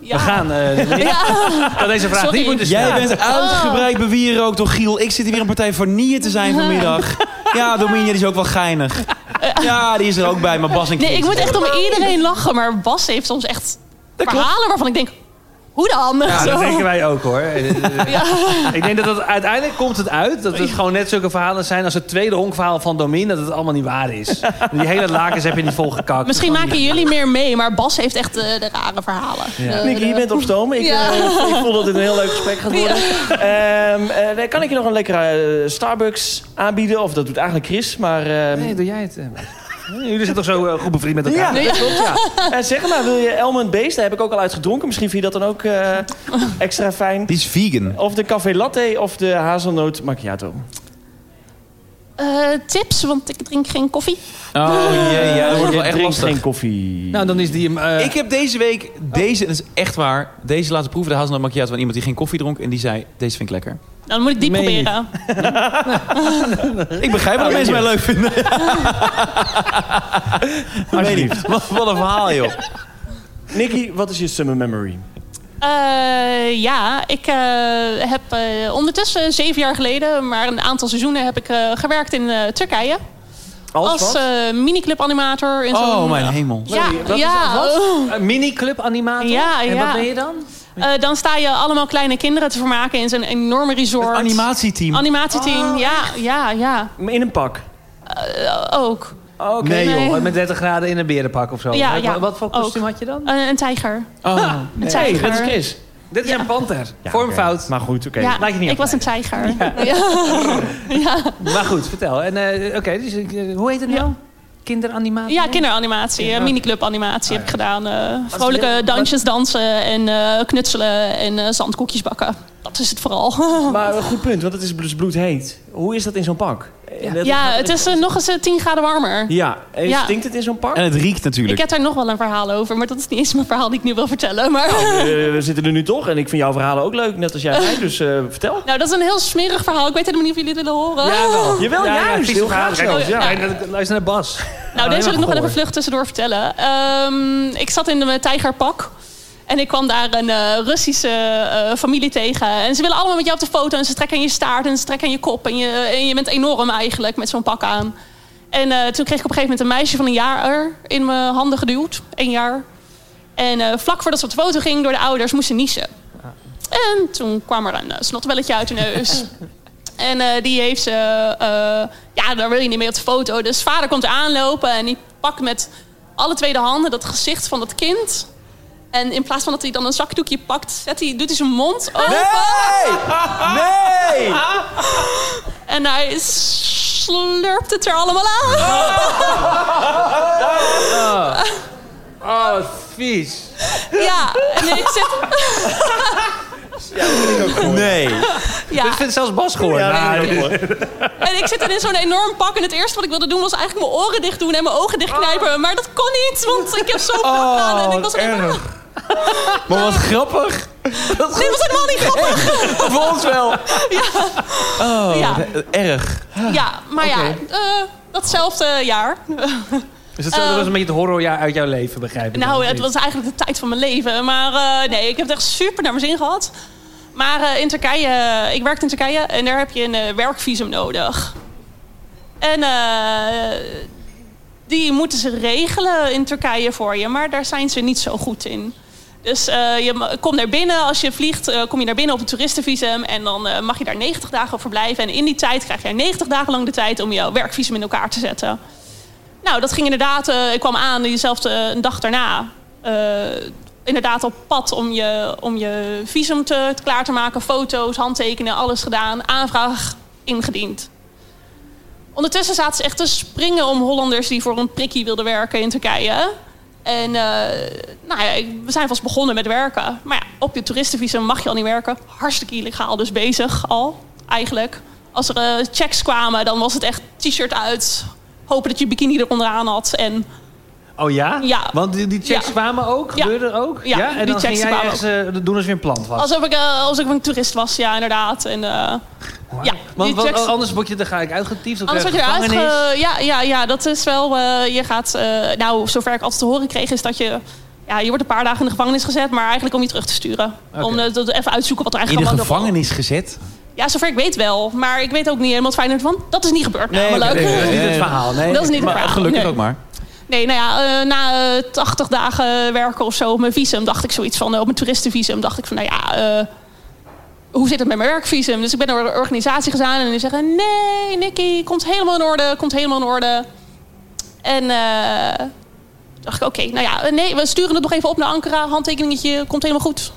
Ja.
We gaan eh, Domien,
Ja.
dat deze vraag
Sorry.
niet moeten
Jij
staan.
bent uitgebreid bewierookt door Giel. Ik zit hier weer een partij vanille te zijn vanmiddag. Ja, Dominia die is ook wel geinig. Ja, die is er ook bij, maar Bas en
Nee,
Chris.
ik moet echt om iedereen lachen. Maar Bas heeft soms echt
Dat klopt.
verhalen waarvan ik denk... Hoe dan?
Ja,
Zo.
dat denken wij ook hoor. Eh, Ik denk dat het, uiteindelijk komt het uit dat het gewoon net zulke verhalen zijn als het tweede honkverhaal van Domin, dat het allemaal niet waar is. Die hele lakens heb je niet volgekakt.
Misschien
Van die-
maken jullie meer mee, maar Bas heeft echt eh, de rare verhalen. De-
Nicky, je
de-
bent op stoom. Ik,
Ja.
eh, ik voel dat dit een heel leuk gesprek gaat worden. Ehm, eh, nee, kan ik je nog een lekkere eh, Starbucks aanbieden? Of dat doet eigenlijk Chris, maar... ehm,
Nee, doe jij het. eh, maar. Jullie zijn toch zo eh, goed bevriend met elkaar?
Ja, dat klopt, ja. Eh, zeg maar, wil je Elmond Beest? Daar heb ik ook al uit gedronken. Misschien vind je dat dan ook eh, extra fijn.
Die is vegan.
Of de café latte of de hazelnoot macchiato.
Eh, tips, want ik drink geen koffie.
Oh jee, ja, dat wordt wel
Ik
echt
drink
lastig.
geen koffie.
Nou, dan is die hem. eh,
Ik heb deze week, deze, dat is echt waar, deze laten proeven, de hazelnoot macchiato van iemand die geen koffie dronk. En die zei, deze vind ik lekker.
Dan moet ik die
Meen je
proberen.
Ik begrijp waarom mensen mij leuk vinden.
Alsjeblieft.
Wat, wat een verhaal, joh.
Nicky, wat is je summer memory?
Eh, ja, ik eh, heb eh, ondertussen zeven jaar geleden, maar een aantal seizoenen heb ik eh, gewerkt in eh, Turkije.
Als,
als
wat?
eh miniclub animator. In zo'n-
Oh, mijn hemel.
Ja,
Sorry, wat is-
ja. oh.
Een miniclub animator.
Ja,
En
ja.
wat ben je dan?
Eh, dan sta je allemaal kleine kinderen te vermaken in zo'n enorme resort.
Het animatieteam.
Oh,
Animatieteam, ja, ja, ja.
In een pak.
Eh, ook.
Oh, Oké.
Nee,
Nee.
joh, met 30 graden in een berenpak of zo.
Ja,
Wat-
ja.
Wat voor
Ook.
kostuum had je dan?
Eh, een tijger.
oh.
Een
Hey,
tijger.
dat is Chris.
Dit is een panter.
Ja,
Vormfout.
oké. Maar goed, oké.
Ja,
laat je niet
ik was een tijger. Ja. Ja.
Maar goed, vertel. En eh, oké, dus, eh, hoe heet het nou? Kinderanimatie?
Ja, kinderanimatie, eh, miniclub animatie heb ik gedaan. eh, vrolijke dansjes dansen en eh, knutselen en eh, zandkoekjes bakken. Dat is het vooral.
Maar een goed punt, want het is dus bloedheet. Hoe is dat in zo'n pak? Eh, dat-
ja, het is eh, nog eens eh, 10 graden warmer.
Ja, eh,
Ja.
stinkt het in zo'n pak?
En het riekt
Ik
natuurlijk.
heb daar nog wel een verhaal over, maar dat is niet eens mijn verhaal die ik nu wil vertellen. Maar...
Eh, we zitten er nu toch en ik vind jouw verhalen ook leuk, net als jij mij, dus eh, vertel.
Nou, dat is een heel smerig verhaal. Ik weet helemaal niet of jullie het willen horen.
wel.
Jawel, juist.
vieze
Heel
verhalen.
graag
Kijk,
zelfs, ja.
kijk, dat- Luister naar Bas.
Nou, deze wil ik nog wel
gehoord.
even vlug tussendoor vertellen. Ehm, ik zat in mijn tijgerpak. En ik kwam daar een eh, Russische eh, familie tegen. En ze willen allemaal met jou op de foto. En ze trekken aan je staart en ze trekken aan je kop. En je, en je bent enorm eigenlijk met zo'n pak aan. En eh, toen kreeg ik op een gegeven moment een meisje van een jaar er in mijn handen geduwd. Eén jaar. En eh, vlak voordat ze op de foto ging door de ouders moest ze niezen. En toen kwam er een eh, snotbelletje uit de neus. En eh, die heeft ze... eh, ja, daar wil je niet mee op de foto. Dus vader komt aanlopen en die pakt met alle twee de handen dat gezicht van dat kind. En in plaats van dat hij dan een zakdoekje pakt, zet hij, doet hij zijn mond open.
Nee!
En hij slurpt het er allemaal aan.
Oh, wat vies.
Ja, en ik zit...
Nee.
Dit
Ja.
vindt zelfs Bas gehoord.
Ja, dat is mooi.
En ik zit er in zo'n enorm pak. En het eerste wat ik wilde doen was eigenlijk mijn oren dicht doen en mijn ogen dicht knijpen. Maar dat kon niet, want ik heb zo'n pak
Oh,
aan. En ik was alleen maar...
Maar wat grappig.
Dit was helemaal niet grappig.
Voor ons wel. Oh,
Ja.
eh, erg.
Ja, maar ja, eh, datzelfde jaar.
Dus dat, dat was een beetje het horrorjaar uit jouw leven, begrijp ik.
Ehm, Nou,
Of
het
niet?
was eigenlijk de tijd van mijn leven. Maar eh, nee, ik heb het echt super naar mijn zin gehad. Maar eh, in Turkije, eh, ik werkte in Turkije en daar heb je een eh, werkvisum nodig. En eh, die moeten ze regelen in Turkije voor je, maar daar zijn ze niet zo goed in. Dus eh, je ma- komt naar binnen, als je vliegt, eh, kom je naar binnen op een toeristenvisum. En dan eh, mag je daar 90 dagen op verblijven. En in die tijd krijg jij 90 dagen lang de tijd om jouw werkvisum in elkaar te zetten. Nou, dat ging inderdaad. eh, ik kwam aan diezelfde een dag daarna. eh, inderdaad op pad om je, om je visum te, te klaar te maken. Foto's, handtekenen, alles gedaan. Aanvraag ingediend. Ondertussen zaten ze echt te springen om Hollanders die voor een prikkie wilden werken in Turkije. En eh, nou ja, ik- we zijn vast begonnen met werken. Maar ja, op je toeristenvisum mag je al niet werken. Hartstikke illegaal dus bezig al, eigenlijk. Als er eh, checks kwamen, dan was het echt t-shirt uit. Hopen dat je bikini eronder aan had. En
Oh ja?
Ja.
Want die, die checks
Ja.
kwamen ook?
Ja.
Gebeurde er ook?
Ja,
En
die
dan
checks
ging jij
kwamen
ergens eh, doen als je een plan was.
alsof ik, eh, alsof ik een toerist was, ja, inderdaad. En, eh,
Wauw.
ja,
Want,
die
want
checks-
anders word je er gelijk uitgetiefd. of
Alles wat
krijg
je
je
eruit...
gevangenis.
ge- Ja, ja, ja, dat is wel... eh, je gaat... eh, nou, zover ik altijd te horen kreeg, is dat je... Ja, je wordt een paar dagen in de gevangenis gezet, maar eigenlijk om je terug te sturen.
Oké.
Om eh, dat even uitzoeken wat er
In de
eigenlijk allemaal...
gevangenis gezet.
Ja, zover ik weet wel. Maar ik weet ook niet helemaal het fijne ervan. Dat is niet gebeurd namelijk.
Nee, dat is niet
Nee,
het
nee.
verhaal. Nee.
Dat is niet het
Maar
verhaal.
gelukkig
nee.
ook maar.
Nee, nou ja, eh, na eh, 80 dagen werken of zo op mijn visum dacht ik zoiets van, eh, op mijn toeristenvisum dacht ik van, nou ja, eh, hoe zit het met mijn werkvisum? Dus ik ben naar de organisatie gegaan en die zeggen, nee, Nicky, komt helemaal in orde, komt helemaal in orde. En eh, dacht ik, oké, nou ja, eh, nee, we sturen het nog even op naar Ankara, handtekeningetje, komt helemaal goed.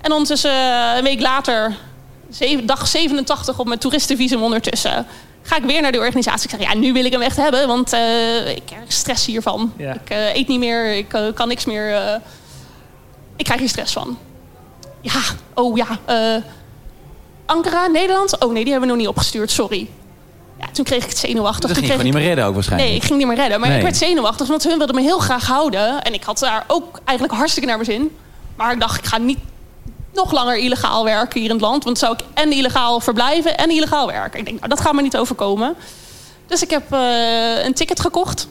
En ondertussen, eh, een week later, zeven- dag 87 op mijn toeristenvisum ondertussen. Ga ik weer naar die organisatie. Ik zeg, ja, nu wil ik hem echt hebben, want eh, ik krijg stress hiervan.
Ja.
Ik eh, eet niet meer, ik eh, kan niks meer. eh, ik krijg hier stress van. Ja, oh ja. eh, Ankara, Nederland? Oh nee, die hebben we nog niet opgestuurd, sorry. Ja, toen kreeg ik het zenuwachtig.
Dat
Toen
ging je
kreeg
gewoon
ik
niet meer redden ook
Nee,
waarschijnlijk.
ik ging niet meer redden. Maar
Nee.
ik werd zenuwachtig, want hun wilden me heel graag houden. En ik had daar ook eigenlijk hartstikke naar mijn zin. Maar ik dacht, ik ga niet nog langer illegaal werken hier in het land. Want zou ik en illegaal verblijven en illegaal werken. Ik denk, nou, dat gaat me niet overkomen. Dus ik heb eh, een ticket gekocht.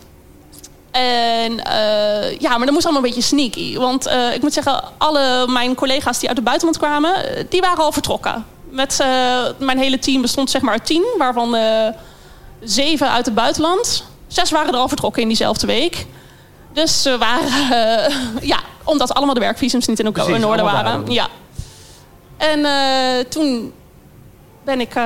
En eh, ja, maar dat moest allemaal een beetje sneaky. Want eh, ik moet zeggen, alle mijn collega's die uit het buitenland kwamen, eh, die waren al vertrokken. Met, eh, mijn hele team bestond zeg maar uit tien, waarvan eh, zeven uit het buitenland. Zes waren er al vertrokken in diezelfde week. Dus ze waren, eh, ja, omdat allemaal de werkvisums niet in, elkaar-
Precies,
in orde
allemaal
waren.
waren.
Ja. En eh, toen ben ik, eh,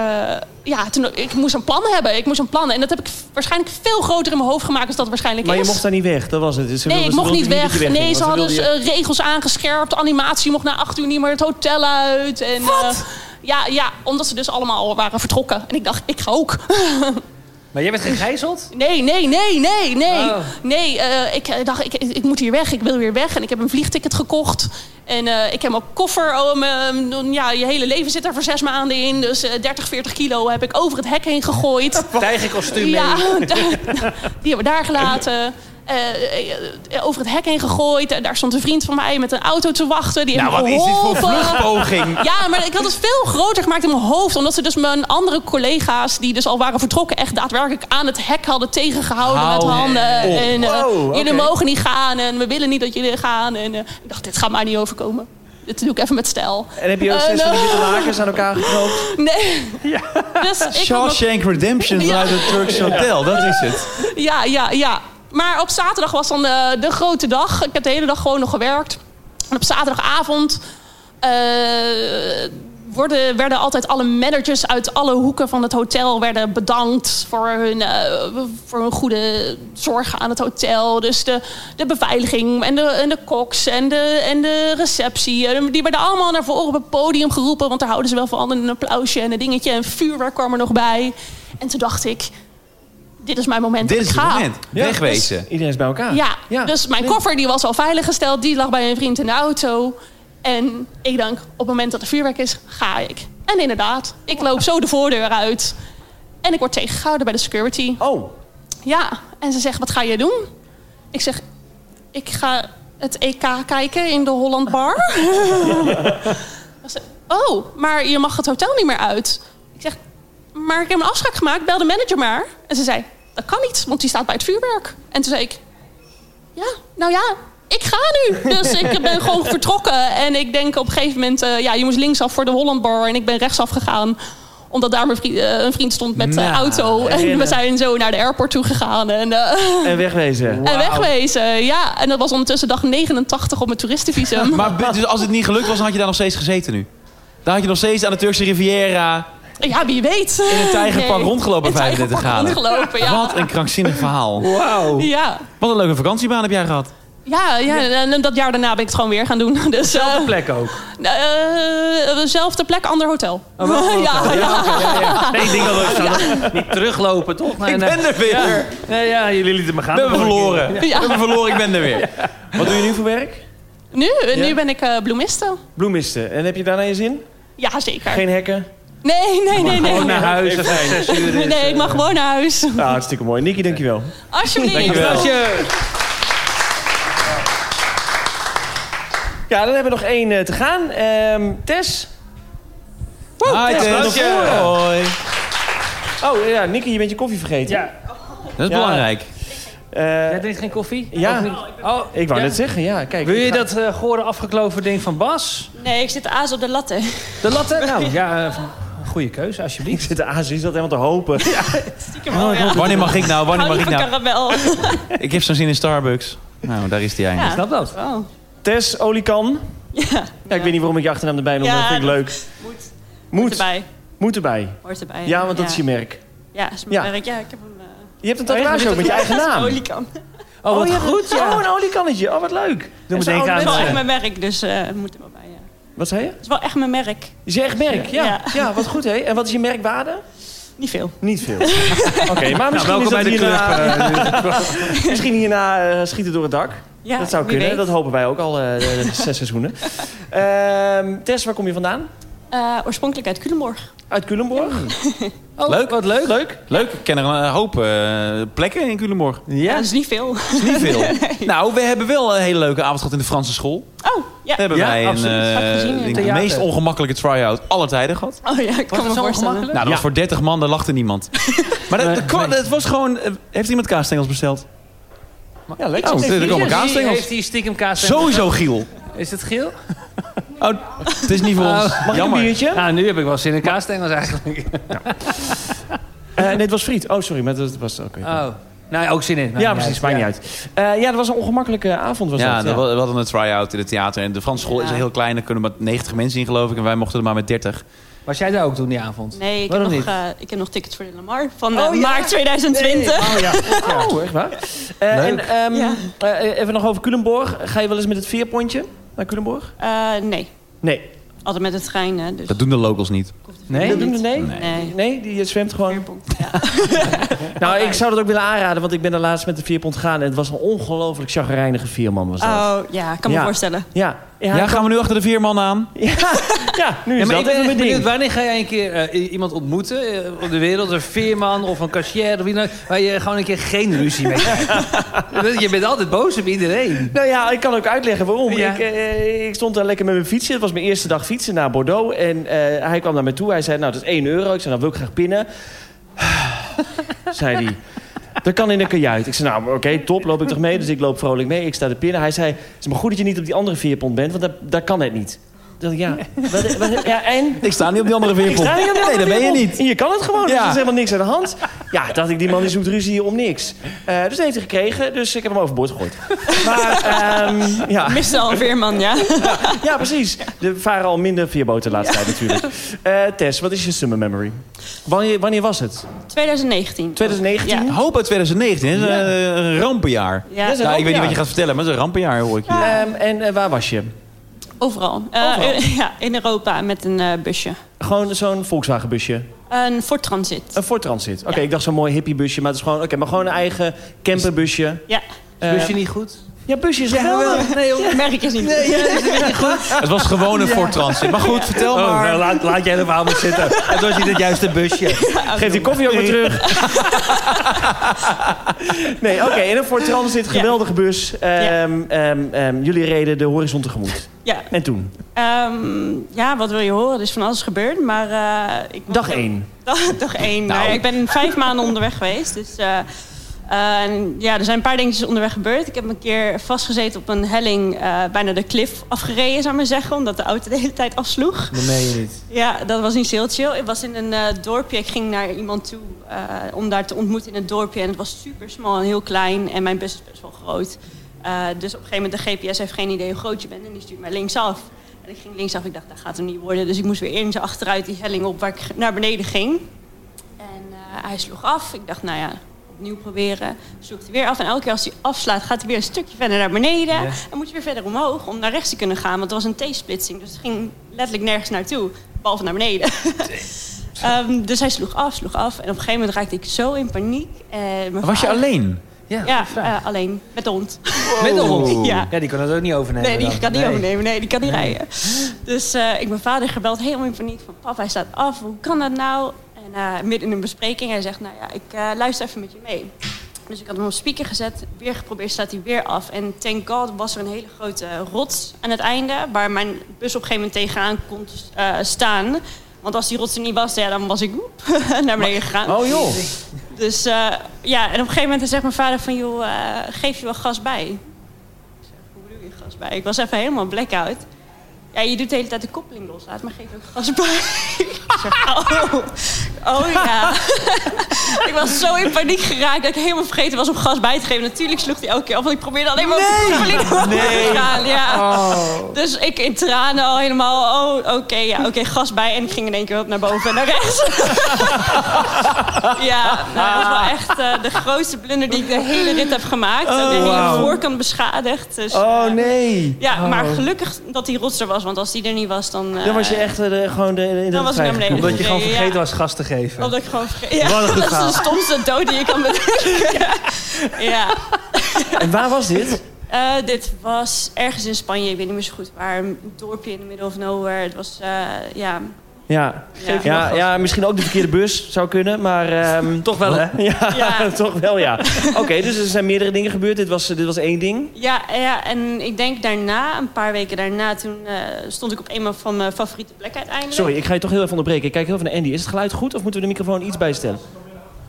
ja, toen, ik moest een plan hebben. Ik moest een plan. En dat heb ik waarschijnlijk veel groter in mijn hoofd gemaakt dan dat waarschijnlijk
Maar
is.
je mocht daar niet weg, dat was het. Dus Ze
Nee,
wilden-
ik
ze
mocht
wilden
niet
dat je
weg.
wegging,
Nee,
want
ze hadden dus,
wilden je-
eh, regels aangescherpt. Animatie mocht na acht uur niet meer het hotel uit. En, eh, ja, ja, omdat ze dus allemaal waren vertrokken. En ik dacht, ik ga ook.
Maar jij werd gegijzeld?
Nee, nee, nee, nee, nee.
Oh.
Nee, eh, ik eh, dacht, ik, ik ik moet hier weg. Ik wil weer weg. En ik heb een vliegticket gekocht. En eh, ik heb mijn koffer. oh, mijn- eh, ja, je hele leven zit er voor zes maanden in. Dus eh, 30, 40 kilo heb ik over het hek heen gegooid.
Tijgerkostuum
Ja,
mee.
daar- die hebben we daar gelaten. Eh, eh, eh, over het hek heen gegooid. En daar stond een vriend van mij met een auto te wachten. Die
Nou,
heeft
wat
me
is dit voor
geholpen.
vluchtpoging?
Ja, maar ik had het veel groter gemaakt in mijn hoofd. Omdat ze dus mijn andere collega's, die dus al waren vertrokken... echt daadwerkelijk aan het hek hadden tegengehouden
Hou
met handen.
op.
En eh,
Wow,
jullie
oké.
mogen niet gaan en we willen niet dat jullie gaan. En eh, ik dacht, dit gaat mij niet overkomen. Dit doe ik even met stijl.
En heb je ook
Eh,
zes van die
nou.
witte lakens aan elkaar geknoopt?
Nee. Dus ik had mijn
Shawshank Redemption
Ja.
vanuit het Turkse Hotel, dat is het.
Ja, ja, ja. Maar op zaterdag was dan eh, de, de grote dag. Ik heb de hele dag gewoon nog gewerkt. En op zaterdagavond eh, worden, werden altijd alle managers uit alle hoeken van het hotel werden bedankt voor hun, eh, voor hun goede zorg aan het hotel. Dus de, de beveiliging en de, en de koks en de, en de receptie. En Die werden allemaal naar voren op het podium geroepen, want daar houden ze wel van. En een applausje en een dingetje en vuurwerk kwam er nog bij. En toen dacht ik, dit is mijn moment.
Dit
ik
is het
ga.
moment. Wegwezen.
Iedereen is bij elkaar.
Ja, dus mijn
Nee.
koffer die was al veiliggesteld. Die lag bij een vriend in de auto. En ik denk, op het moment dat er vuurwerk is, ga ik. En inderdaad, ik loop zo de voordeur uit. En ik word tegengehouden bij de security.
Oh,
Ja, en ze zegt, wat ga je doen? Ik zeg, ik ga het EK kijken in de Holland Bar. Ze- oh, maar je mag het hotel niet meer uit. Ik zeg, maar ik heb een afspraak gemaakt, bel de manager maar. En ze zei, dat kan niet, want die staat bij het vuurwerk. En toen zei ik, ja, nou ja, ik ga nu. Dus ik ben gewoon vertrokken. En ik denk op een gegeven moment, eh, ja, je moest linksaf voor de Holland Bar. En ik ben rechtsaf gegaan omdat daar mijn vriend, eh, een vriend stond met de
Nou,
auto. En we
herinner.
zijn zo naar de airport toe gegaan. En, eh,
en wegwezen.
en wegwezen, ja. En dat was ondertussen dag 89 op mijn toeristenvisum.
Maar b- dus als het niet gelukt was, dan had je daar nog steeds gezeten nu. Dan had je nog steeds aan de Turkse Riviera
Ja, wie weet.
in het tijgerpark
Nee.
rondgelopen bij
In het
35
tijgerpark
graden.
rondgelopen, ja.
Wat een krankzinnig verhaal.
Wauw.
Ja.
Wat een leuke vakantiebaan heb jij gehad.
Ja, ja, en dat jaar daarna ben ik het gewoon weer gaan doen. Dus, eh,
Zelfde plek ook.
eh, dezelfde plek, ander hotel.
Oh,
ja, ja.
Nee, ik denk dat we ik zou nog niet teruglopen, toch? Nee,
Ik
nee.
ben er weer.
Ja. Nee, ja, jullie lieten me gaan.
We hebben
Nog een
verloren.
keer.
We hebben verloren, ik ben er weer.
Wat doe je nu voor werk?
Nu,
Ja.
nu ben ik eh, bloemiste.
Bloemisten. En heb je daarna je zin?
Ja, zeker.
Geen hekken?
Nee, nee, nee, nee.
Gewoon naar huis. als het zes uur is.
Nee, ik mag gewoon naar huis.
Nou, hartstikke mooi. Nicky, dankjewel.
Alsjeblieft.
Dankjewel.
Als je-
Ja, dan hebben we nog één eh, te gaan. Ehm, Tess?
Hi,
Tess,
Tess.
dankjewel.
Hoi.
Oh ja, Nicky, je bent je koffie vergeten.
Ja.
Dat is
Ja.
belangrijk.
Eh,
Jij drinkt geen koffie?
Ja.
Of niet? Oh,
ik wou
Ja.
net zeggen, ja. Kijk,
Wil
ik
je
ga-
dat eh gore afgekloven ding van Bas?
Nee, ik zit aas op de latte.
De latte? Nou, ja. eh, goede keuze, alsjeblieft.
Ik zit de Azië zat helemaal te hopen.
Stiekem wel, ja.
Wanneer mag ik nou? Wanneer
hou
mag
niet
ik
van
nou?
karamel.
Ik heb zo'n zin in Starbucks. Nou, daar is die eindelijk.
Ja.
Snap dat?
Oh.
Tess Olikan.
Ja,
Ja, ik weet niet waarom ik je achternaam erbij noem.
Ja,
dat vind ik
dat
leuk.
Moet.
Moet,
erbij.
moet erbij.
hoort erbij.
Ja, want dat is je merk.
Ja, is mijn
Ja.
werk. Ja, ik heb een... eh,
Je hebt een tatoeage ook met je eigen naam.
Olie kan.
Oh, wat
je hebt-
goed, ja.
Oh, een oliekannetje. Oh, wat leuk.
Doe me
En
denken
zo'n
aan...
Het is wel
eh,
echt mijn werk, dus eh, het moet er wel bij. Ja.
Wat zei je?
Het is wel echt mijn merk.
Is je echt merk? Ja. ja.
Ja.
wat goed, hè? En wat is je merkwaarde?
Niet veel.
Niet veel. Oké, maar
Nou,
misschien
welkom
is dat
bij de club.
hierna...
eh,
Misschien hierna eh, schieten door het dak.
Ja,
dat zou
wie
kunnen.
weet.
Dat hopen wij ook al eh, de zes seizoenen. Ehm, Tess, waar kom je vandaan?
Eh, oorspronkelijk uit Culemborg.
Uit Culemborg. Oh,
Leuk.
Wat leuk. Leuk.
Leuk, ik ken er een hoop eh, plekken in Culemborg.
Ja,
ja.
dat is niet veel.
Is niet veel. Nou, we hebben wel een hele leuke avond gehad in de Franse school.
Oh, ja.
We hebben
Ja,
wij een,
absoluut.
eh,
Heb ik gezien, ja.
denk ik, de
Theater.
meest ongemakkelijke try-out aller tijden gehad.
Oh ja, ik kan me voorstellen.
Nou, dat was
Ja.
voor 30 man, daar lachte niemand. maar dat,
Nee,
dat
nee.
kwam- dat was gewoon... eh, heeft iemand kaasstengels besteld?
Ja, leuk.
Oh, er komen
Heeft die-
kaasstengels.
Heeft die stiekem kaas?
Sowieso Giel.
Is het geel?
Oh, het is niet voor
Oh.
ons.
Mag ik een
Jammer.
biertje?
Ah, nu heb ik wel zin in kaasstengels eigenlijk.
Eh, nee, het was friet. Oh, sorry. Maar dat was... oké.
Oh. Nou, ja, ook zin in.
ja, precies. Maakt niet uit. Eh, ja, dat was een ongemakkelijke avond. Was
Ja,
dat,
dat wa- we hadden een try-out in het theater. En de Franse school is
Ja.
heel klein. Er kunnen maar 90 mensen in, geloof ik. En wij mochten er maar met 30.
Was jij daar ook toen die avond?
Nee, ik heb,
Waarom
nog,
niet?
eh, ik heb nog tickets voor de Lamar van eh, maart 2020.
Oh, echt waar? Eh,
Leuk.
En, ehm,
Ja.
eh, even nog over Culemborg. Ga je wel eens met het veerpontje naar Culemborg?
Eh, nee,
Nee.
altijd met de trein. hè, dus
Dat doen de locals niet.
Nee?
dat doen we nee?
Nee.
Nee.
die je zwemt gewoon.
Ja.
Nou, ik zou dat ook willen aanraden, want ik ben er laatst met de vierpont gegaan en het was een ongelooflijk chagrijnige vierman was dat.
Oh ja, kan me
Ja.
voorstellen.
Ja. Ja,
Ja, gaan we nu achter de vier man aan?
ja, ja, nu
Ja,
is dat
maar ik ben
even
echt
mijn
benieuwd,
ding.
wanneer ga jij een keer eh, i- iemand ontmoeten eh, op de wereld? Een veerman of een cashier of wie dan ook, waar je gewoon een keer geen ruzie mee krijgt. je bent altijd boos op iedereen.
Nou ja, ik kan ook uitleggen waarom.
Ja.
Ik, eh, ik stond daar lekker met mijn fietsje. Het was mijn eerste dag fietsen naar Bordeaux. En eh, hij kwam naar me toe. Hij zei, nou, dat is 1 euro. Ik zei, nou, wil ik graag pinnen. zei hij. Dat kan in een kajuit. Ik zei, nou, oké, top, loop ik toch mee. Dus ik loop vrolijk mee. Ik sta te pinnen. Hij zei, het is maar goed dat je niet op die andere vierpont bent, want daar, daar kan het niet. Ik dacht, ja, wat, wat- ja, en?
Ik sta niet op die andere
Ik sta
veerpont.
niet op die
Nee, daar
andere
ben je
wereld.
niet.
En je kan het gewoon, dus
Ja.
er is helemaal niks aan de hand. Ja, dacht ik, die man die zoekt ruzie om niks. Eh, dus dat heeft hij gekregen, dus ik heb hem overboord gegooid. Maar, ehm, ja.
Miste al Veerman, ja.
ja, precies. Er varen al minder vierboten de laatste tijd natuurlijk. Eh, Tess, wat is je summer memory? Wanneer, wanneer was het?
2019.
2019?
Ja.
Hoop uit 2019. hè? Dat is een, eh, een rampenjaar.
Ja,
Dat is een
Ja, ik weet niet
rampenjaar.
wat je gaat vertellen, maar het is een rampenjaar hoor ik hier.
Ehm, en eh, waar was je?
overal. Eh,
Overal?
in- ja, in Europa met een eh, busje.
Gewoon zo'n Volkswagenbusje.
Een Ford Transit.
Een Ford Transit. Oké, ik dacht zo'n mooi hippiebusje, maar het is gewoon... Oké, maar gewoon een eigen camperbusje.
Ja,
Eh,
Bus je niet goed?
Ja, busje is geweldig.
Nee, joh.
het merk is niet.
Het was gewoon een Ford Transit. Maar goed, vertel
Oh,
maar.
nou,
laat, laat jij helemaal maar zitten. Het was niet het juiste busje.
Geef die koffie ook weer terug. nee, oké. en een Ford Transit, geweldige bus. Ehm, ehm, ehm, jullie reden de horizon tegemoet.
Ja,
En toen?
Ehm, ja, wat wil je horen? Er is van alles gebeurd, maar... eh, ik
Dag één.
Dag, dag één.
Nou.
Eh, ik ben vijf maanden onderweg geweest. Dus eh, eh, en ja, er zijn een paar dingetjes onderweg gebeurd. Ik heb een keer vastgezeten op een helling, eh, bijna de klif afgereden, zou ik maar zeggen. Omdat de auto de hele tijd afsloeg.
Dat meen je niet.
Ja, dat was niet zo heel chill. Ik was in een eh, dorpje. Ik ging naar iemand toe eh, om daar te ontmoeten in het dorpje. En het was super smal en heel klein. En mijn bus is best wel groot. Eh, dus op een gegeven moment, de GPS heeft geen idee hoe groot je bent. En die stuurt mij linksaf. En ik ging linksaf. Ik dacht, dat gaat hem niet worden. Dus ik moest weer eens achteruit die helling op waar ik naar beneden ging. En eh, hij sloeg af. Ik dacht, nou ja, opnieuw proberen. Sloeg hij weer af. En elke keer als hij afslaat, gaat hij weer een stukje verder naar beneden.
Ja.
En moet je weer verder omhoog om naar rechts te kunnen gaan. Want er was een T-splitsing. Dus het ging letterlijk nergens naartoe. Behalve naar beneden. Ehm, dus hij sloeg af, sloeg af. En op een gegeven moment raakte ik zo in paniek. Eh, mijn
Was je
vader-
alleen?
Ja,
Ja,
goed vraag.
eh, alleen. Met de hond.
Met de hond.
Ja.
Ja, die kan het ook niet overnemen.
Nee, die
dan.
kan niet
Nee.
overnemen. Nee, die kan niet rijden. Dus eh, ik mijn vader gebeld, helemaal in paniek. Van papa, hij staat af. Hoe kan dat nou? En eh, midden in een bespreking, hij zegt, nou ja, ik eh, luister even met je mee. Dus ik had hem op speaker gezet. Weer geprobeerd, staat hij weer af. En thank god was er een hele grote rots aan het einde. Waar mijn bus op een gegeven moment tegenaan kon eh, staan. Want als die rots er niet was, ja, dan was ik woep, naar beneden gegaan.
Oh joh.
Dus eh, ja, en op een gegeven moment zegt mijn vader van... joh, eh, geef je wel gas bij? Ik zeg, hoe bedoel je gas bij? Ik was even helemaal blackout. Ja, je doet de hele tijd de koppeling los. Laat maar geef ook gas bij. Ik zeg, oh, oh ja. ik was zo in paniek geraakt dat ik helemaal vergeten was om gas bij te geven. Natuurlijk sloeg hij elke keer af, want ik probeerde alleen maar op de koppeling omhoog te gaan. Ja. Dus ik in tranen al helemaal, oh oké, ja, oké, gas bij. En ik ging in één keer wat naar boven en naar rechts. ja, nou, dat was wel echt eh, de grootste blunder die ik de hele rit heb gemaakt. de hele
Oh, wauw.
voorkant beschadigd. Dus,
Oh
eh,
nee.
ja, maar gelukkig dat die rots er was, want als die er niet was, dan. eh,
Dan was je echt eh, de- gewoon de, in de
Dan was ik naar beneden.
Omdat je gewoon
Ja. Oh.
vergeten was gas te geven.
Omdat ik gewoon verge- Ja,
Wat een goed
dat is
verhaal.
de stomste dood die je kan bedenken. ja.
En waar was dit?
Eh, dit was ergens in Spanje, ik weet niet meer zo goed waar. Een dorpje in de middle of nowhere. Het was, eh, ja.
Ja.
Ja.
Ja, ja, misschien ook de verkeerde bus zou kunnen, maar... ehm,
Toch wel, hè?
Ja,
Ja.
toch wel ja. Oké, dus er zijn meerdere dingen gebeurd. Dit was, dit was één ding.
Ja, ja, en ik denk daarna, een paar weken daarna, toen eh, stond ik op een van mijn favoriete plekken uiteindelijk.
Sorry, ik ga je toch heel even onderbreken. Ik kijk heel even naar Andy. Is het geluid goed of moeten we de microfoon iets bijstellen?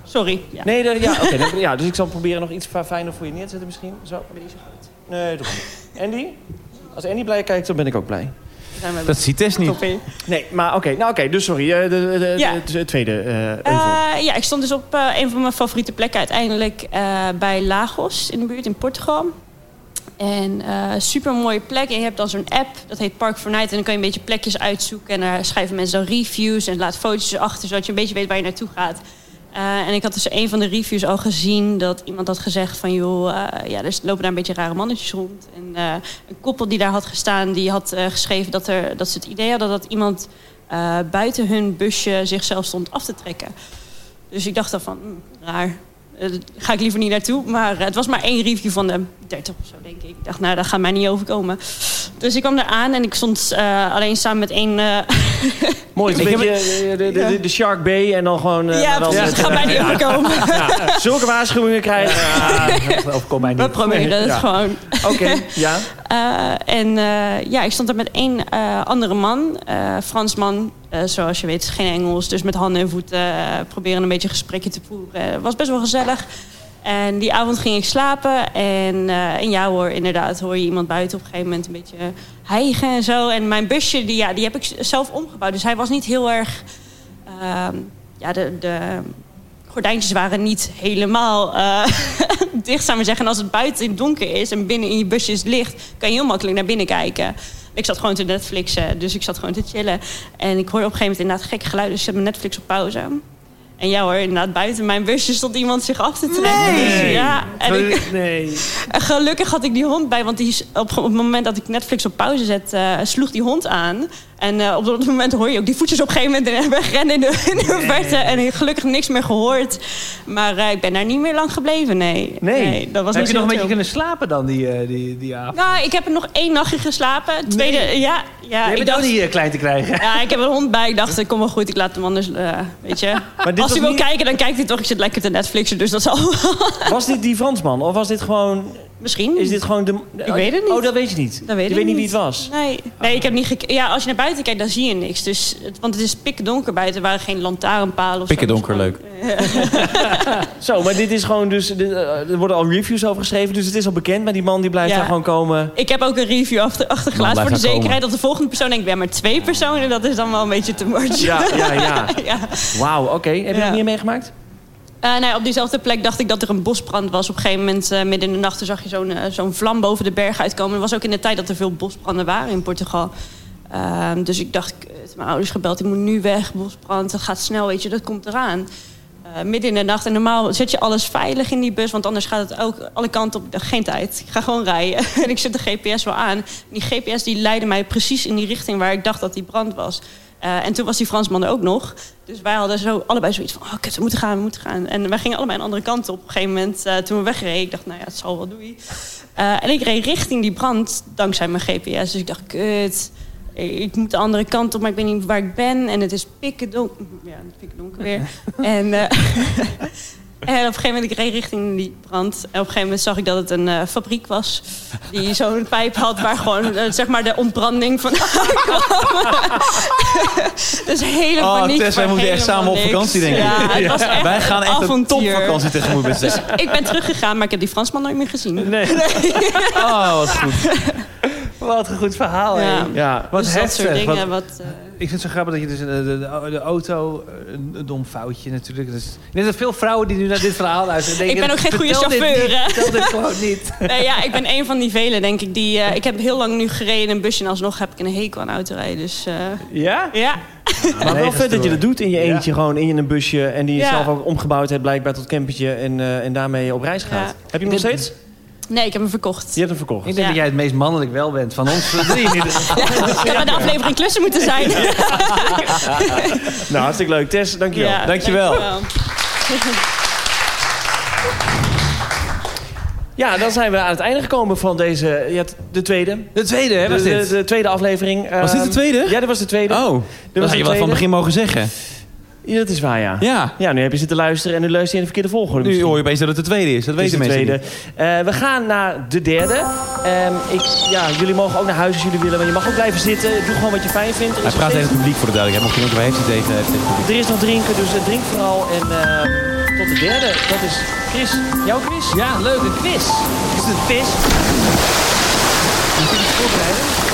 Sorry. Ja.
Nee, daar- ja, oké. dan- ja, dus ik zal proberen nog iets fa- fijner voor je neer te zetten misschien. Zo. Nee, toch niet. Andy? Als Andy blij kijkt, dan ben ik ook blij.
Zijn we
Dat ziet Tess niet.
Toppie.
Nee, maar oké. Nou oké, dus sorry. eh, de, de, de-
Ja.
de tweede eh
Eh,
euvel.
ja, ik stond dus op eh, een van mijn favoriete plekken uiteindelijk eh, bij Lagos in de buurt in Portugal. En super mooie plek. En je hebt dan zo'n app, dat heet Park for Night. En dan kan je een beetje plekjes uitzoeken. En daar schrijven mensen dan reviews en laat foto's achter, zodat je een beetje weet waar je naartoe gaat. Eh, en ik had dus een van de reviews al gezien dat iemand had gezegd van joh, eh, ja, er lopen daar een beetje rare mannetjes rond. En eh, een koppel die daar had gestaan, die had eh, geschreven dat, er, dat ze het idee hadden dat iemand eh, buiten hun busje zichzelf stond af te trekken. Dus ik dacht dan van, hmm, raar. Eh, daar ga ik liever niet naartoe. Maar eh, het was maar één review van de 30 of zo, denk ik. Ik dacht, nou, dat gaat mij niet overkomen. Dus ik kwam eraan en ik stond eh, alleen samen met één... eh,
Mooi, het is een beetje eh, de, de, de, de Shark Bay en dan gewoon... eh,
ja,
dan-
precies, het gaat mij niet overkomen.
Zulke waarschuwingen krijgen.
Dat overkomt mij
We
niet.
proberen het
Ja.
gewoon.
Oké, ja.
Eh, en eh, ja, ik stond daar met één eh, andere man, eh, Fransman, eh, zoals je weet, is geen Engels. Dus met handen en voeten eh, proberen een beetje een gesprekje te voeren. Het was best wel gezellig. En die avond ging ik slapen. En, eh, en ja hoor, inderdaad, hoor je iemand buiten op een gegeven moment een beetje hijgen en zo. En mijn busje, die, ja, die heb ik z- zelf omgebouwd. Dus hij was niet heel erg... ehm, ja, de, de gordijntjes waren niet helemaal... eh, dicht, zou ik maar zeggen. En als het buiten donker is en binnen in je busje is licht, kan je heel makkelijk naar binnen kijken. Ik zat gewoon te Netflixen, dus ik zat gewoon te chillen. En ik hoorde op een gegeven moment inderdaad gekke geluiden, dus ik zet mijn Netflix op pauze. En ja hoor, inderdaad, buiten mijn busje stond iemand zich af te trekken. Dus ja, en ik,
Nee.
en Eh, gelukkig had ik die hond bij, want die is op, op het moment dat ik Netflix op pauze zet, eh, sloeg die hond aan. En eh, op dat moment hoor je ook die voetjes op een gegeven moment wegrennen in de, in de verte. En ik heb gelukkig niks meer gehoord. Maar eh, ik ben daar niet meer lang gebleven, nee.
Nee.
dat was
Heb
niet
je nog
zo
een beetje
chill.
kunnen slapen dan die, eh, die, die avond?
Nou, ik heb er nog één nachtje geslapen. Tweede, ja. ja
je
ik
bent ook niet eh, klein te krijgen.
ja, ik heb een hond bij. Ik dacht, eh, kom wel goed, ik laat hem anders, eh, weet je.
dit
Als
was
hij wil
niet-
kijken, dan kijkt hij toch. Ik zit lekker te Netflixen, dus dat zal
Was dit die Fransman? Of was dit gewoon...
misschien.
Is dit gewoon de... Ik
weet het niet.
Oh, dat weet je niet.
Dat weet
je
ik
weet niet wie
niet.
het was.
Nee, nee ik heb niet gekeken. Ja, als je naar buiten kijkt, dan zie je niks. Dus, het- want het is pikdonker buiten. Er waren geen lantaarnpalen of zo.
Pikdonker,
Dus
leuk.
gewoon-
Zo, maar dit is gewoon dus... dit, eh, er worden al reviews over geschreven, dus het is al bekend. Maar die man die blijft
Ja.
daar gewoon komen.
Ik heb ook een review achter,
Man,
achtergelaten
blijf
voor de
daar
zekerheid dat de volgende persoon denkt... ja, maar twee personen, dat is dan wel een beetje te much.
Ja, ja, ja.
ja.
Wauw, oké. Heb je
Ja.
dat niet meegemaakt?
Eh, nee, op diezelfde plek dacht ik dat er een bosbrand was. Op een gegeven moment, eh, midden in de nacht, toen zag je zo'n eh, zo'n vlam boven de berg uitkomen. Het was ook in de tijd dat er veel bosbranden waren in Portugal. Ehm, dus ik dacht, kut, mijn ouders gebeld, ik moet nu weg, bosbrand. Dat gaat snel, weet je, dat komt eraan. Eh, midden in de nacht. En normaal zet je alles veilig in die bus, want anders gaat het ook alle kanten op. Geen tijd, ik ga gewoon rijden. en ik zet de GPS wel aan. En die GPS die leidde mij precies in die richting waar ik dacht dat die brand was. Eh, en toen was die Fransman er ook nog. Dus wij hadden zo allebei zoiets van, oh kut, we moeten gaan, we moeten gaan. En wij gingen allebei een andere kant op. Op een gegeven moment, eh, toen we wegreden, ik dacht, nou ja, het zal wel, doei. Eh, en ik reed richting die brand, dankzij mijn GPS. Dus ik dacht, kut, ik moet de andere kant op, maar ik weet niet waar ik ben. En het is pikken donker. Ja, het is pikken donker weer. en, eh, en op een gegeven moment, ik reed richting die brand. En op een gegeven moment zag ik dat het een eh, fabriek was. Die zo'n pijp had waar gewoon, eh, zeg maar, de ontbranding van dus hele
Oh,
paniek.
Tess, wij
voor
moeten echt
helemaal
samen op
niks.
vakantie, denk ik.
Ja, het was echt
Wij gaan echt een
avontuur.
topvakantie tegemoet met Tess.
Ik ben teruggegaan, maar ik heb die Fransman nooit meer gezien.
Nee.
Oh, wat goed.
Wat een goed verhaal, hè.
Ja.
Ja,
Wat
dus dat
heftig.
soort
want
dingen. Wat, eh,
Ik vind het zo grappig dat je dus eh, de, de, de auto, eh, een, een dom foutje natuurlijk. Dus, ik denk dat veel vrouwen die nu naar dit verhaal luisteren denken...
eh, ben ook geen goede
"Vertel dit
chauffeur,
niet,
hè."
Vertel dit gewoon niet.
nee, ja, ik ben een van die velen, denk ik. Die, eh, ik heb heel lang nu gereden in een busje en alsnog heb ik een hekel aan autorijden. Dus eh,
Ja?
ja,
Maar wel vet dat je dat doet in je
Ja.
eentje, gewoon in een busje. En die je
Ja.
zelf ook omgebouwd hebt blijkbaar tot campertje en, eh, en daarmee op reis gaat.
Ja.
Heb je hem nog steeds?
nee, ik heb hem verkocht.
Je hebt hem verkocht.
Ik denk
Ja.
dat jij het meest mannelijk wel bent van ons drie. in ieder geval.
Ik had bij de aflevering klussen moeten zijn.
Nou, hartstikke leuk. Tess, dankjewel.
Ja,
Dankjewel.
Ja, dan zijn we aan het einde gekomen van deze, ja, de tweede.
De tweede, hè, was
de,
dit?
De, de tweede aflevering. Ehm,
Was dit de tweede?
Ja, dat was de tweede.
Oh, dat
was
had
de
je wel van
tweede.
het begin mogen zeggen.
Ja, dat is waar, ja.
Ja.
Ja, nu heb je zitten luisteren en nu luister je in de verkeerde volgorde
Nu
misschien.
hoor je opeens dat het de tweede is. Dat
Het is
weten
de
mensen
tweede.
niet.
Eh, we gaan naar de derde. Ehm, ik, ja, jullie mogen ook naar huis als jullie willen, maar je mag ook blijven zitten. Doe gewoon wat je fijn vindt. Er
Hij
is, nog,
praat tegen
steeds-
het publiek voor de duidelijkheid. Mocht iemand heeft hij tegen heeft hij tegen het publiek.
er is nog drinken, dus eh, drink vooral. En eh, tot de derde, dat is Chris. Jouw quiz?
Ja, leuk. Een quiz.
Is het vis?
Moet je iets voorbereiden?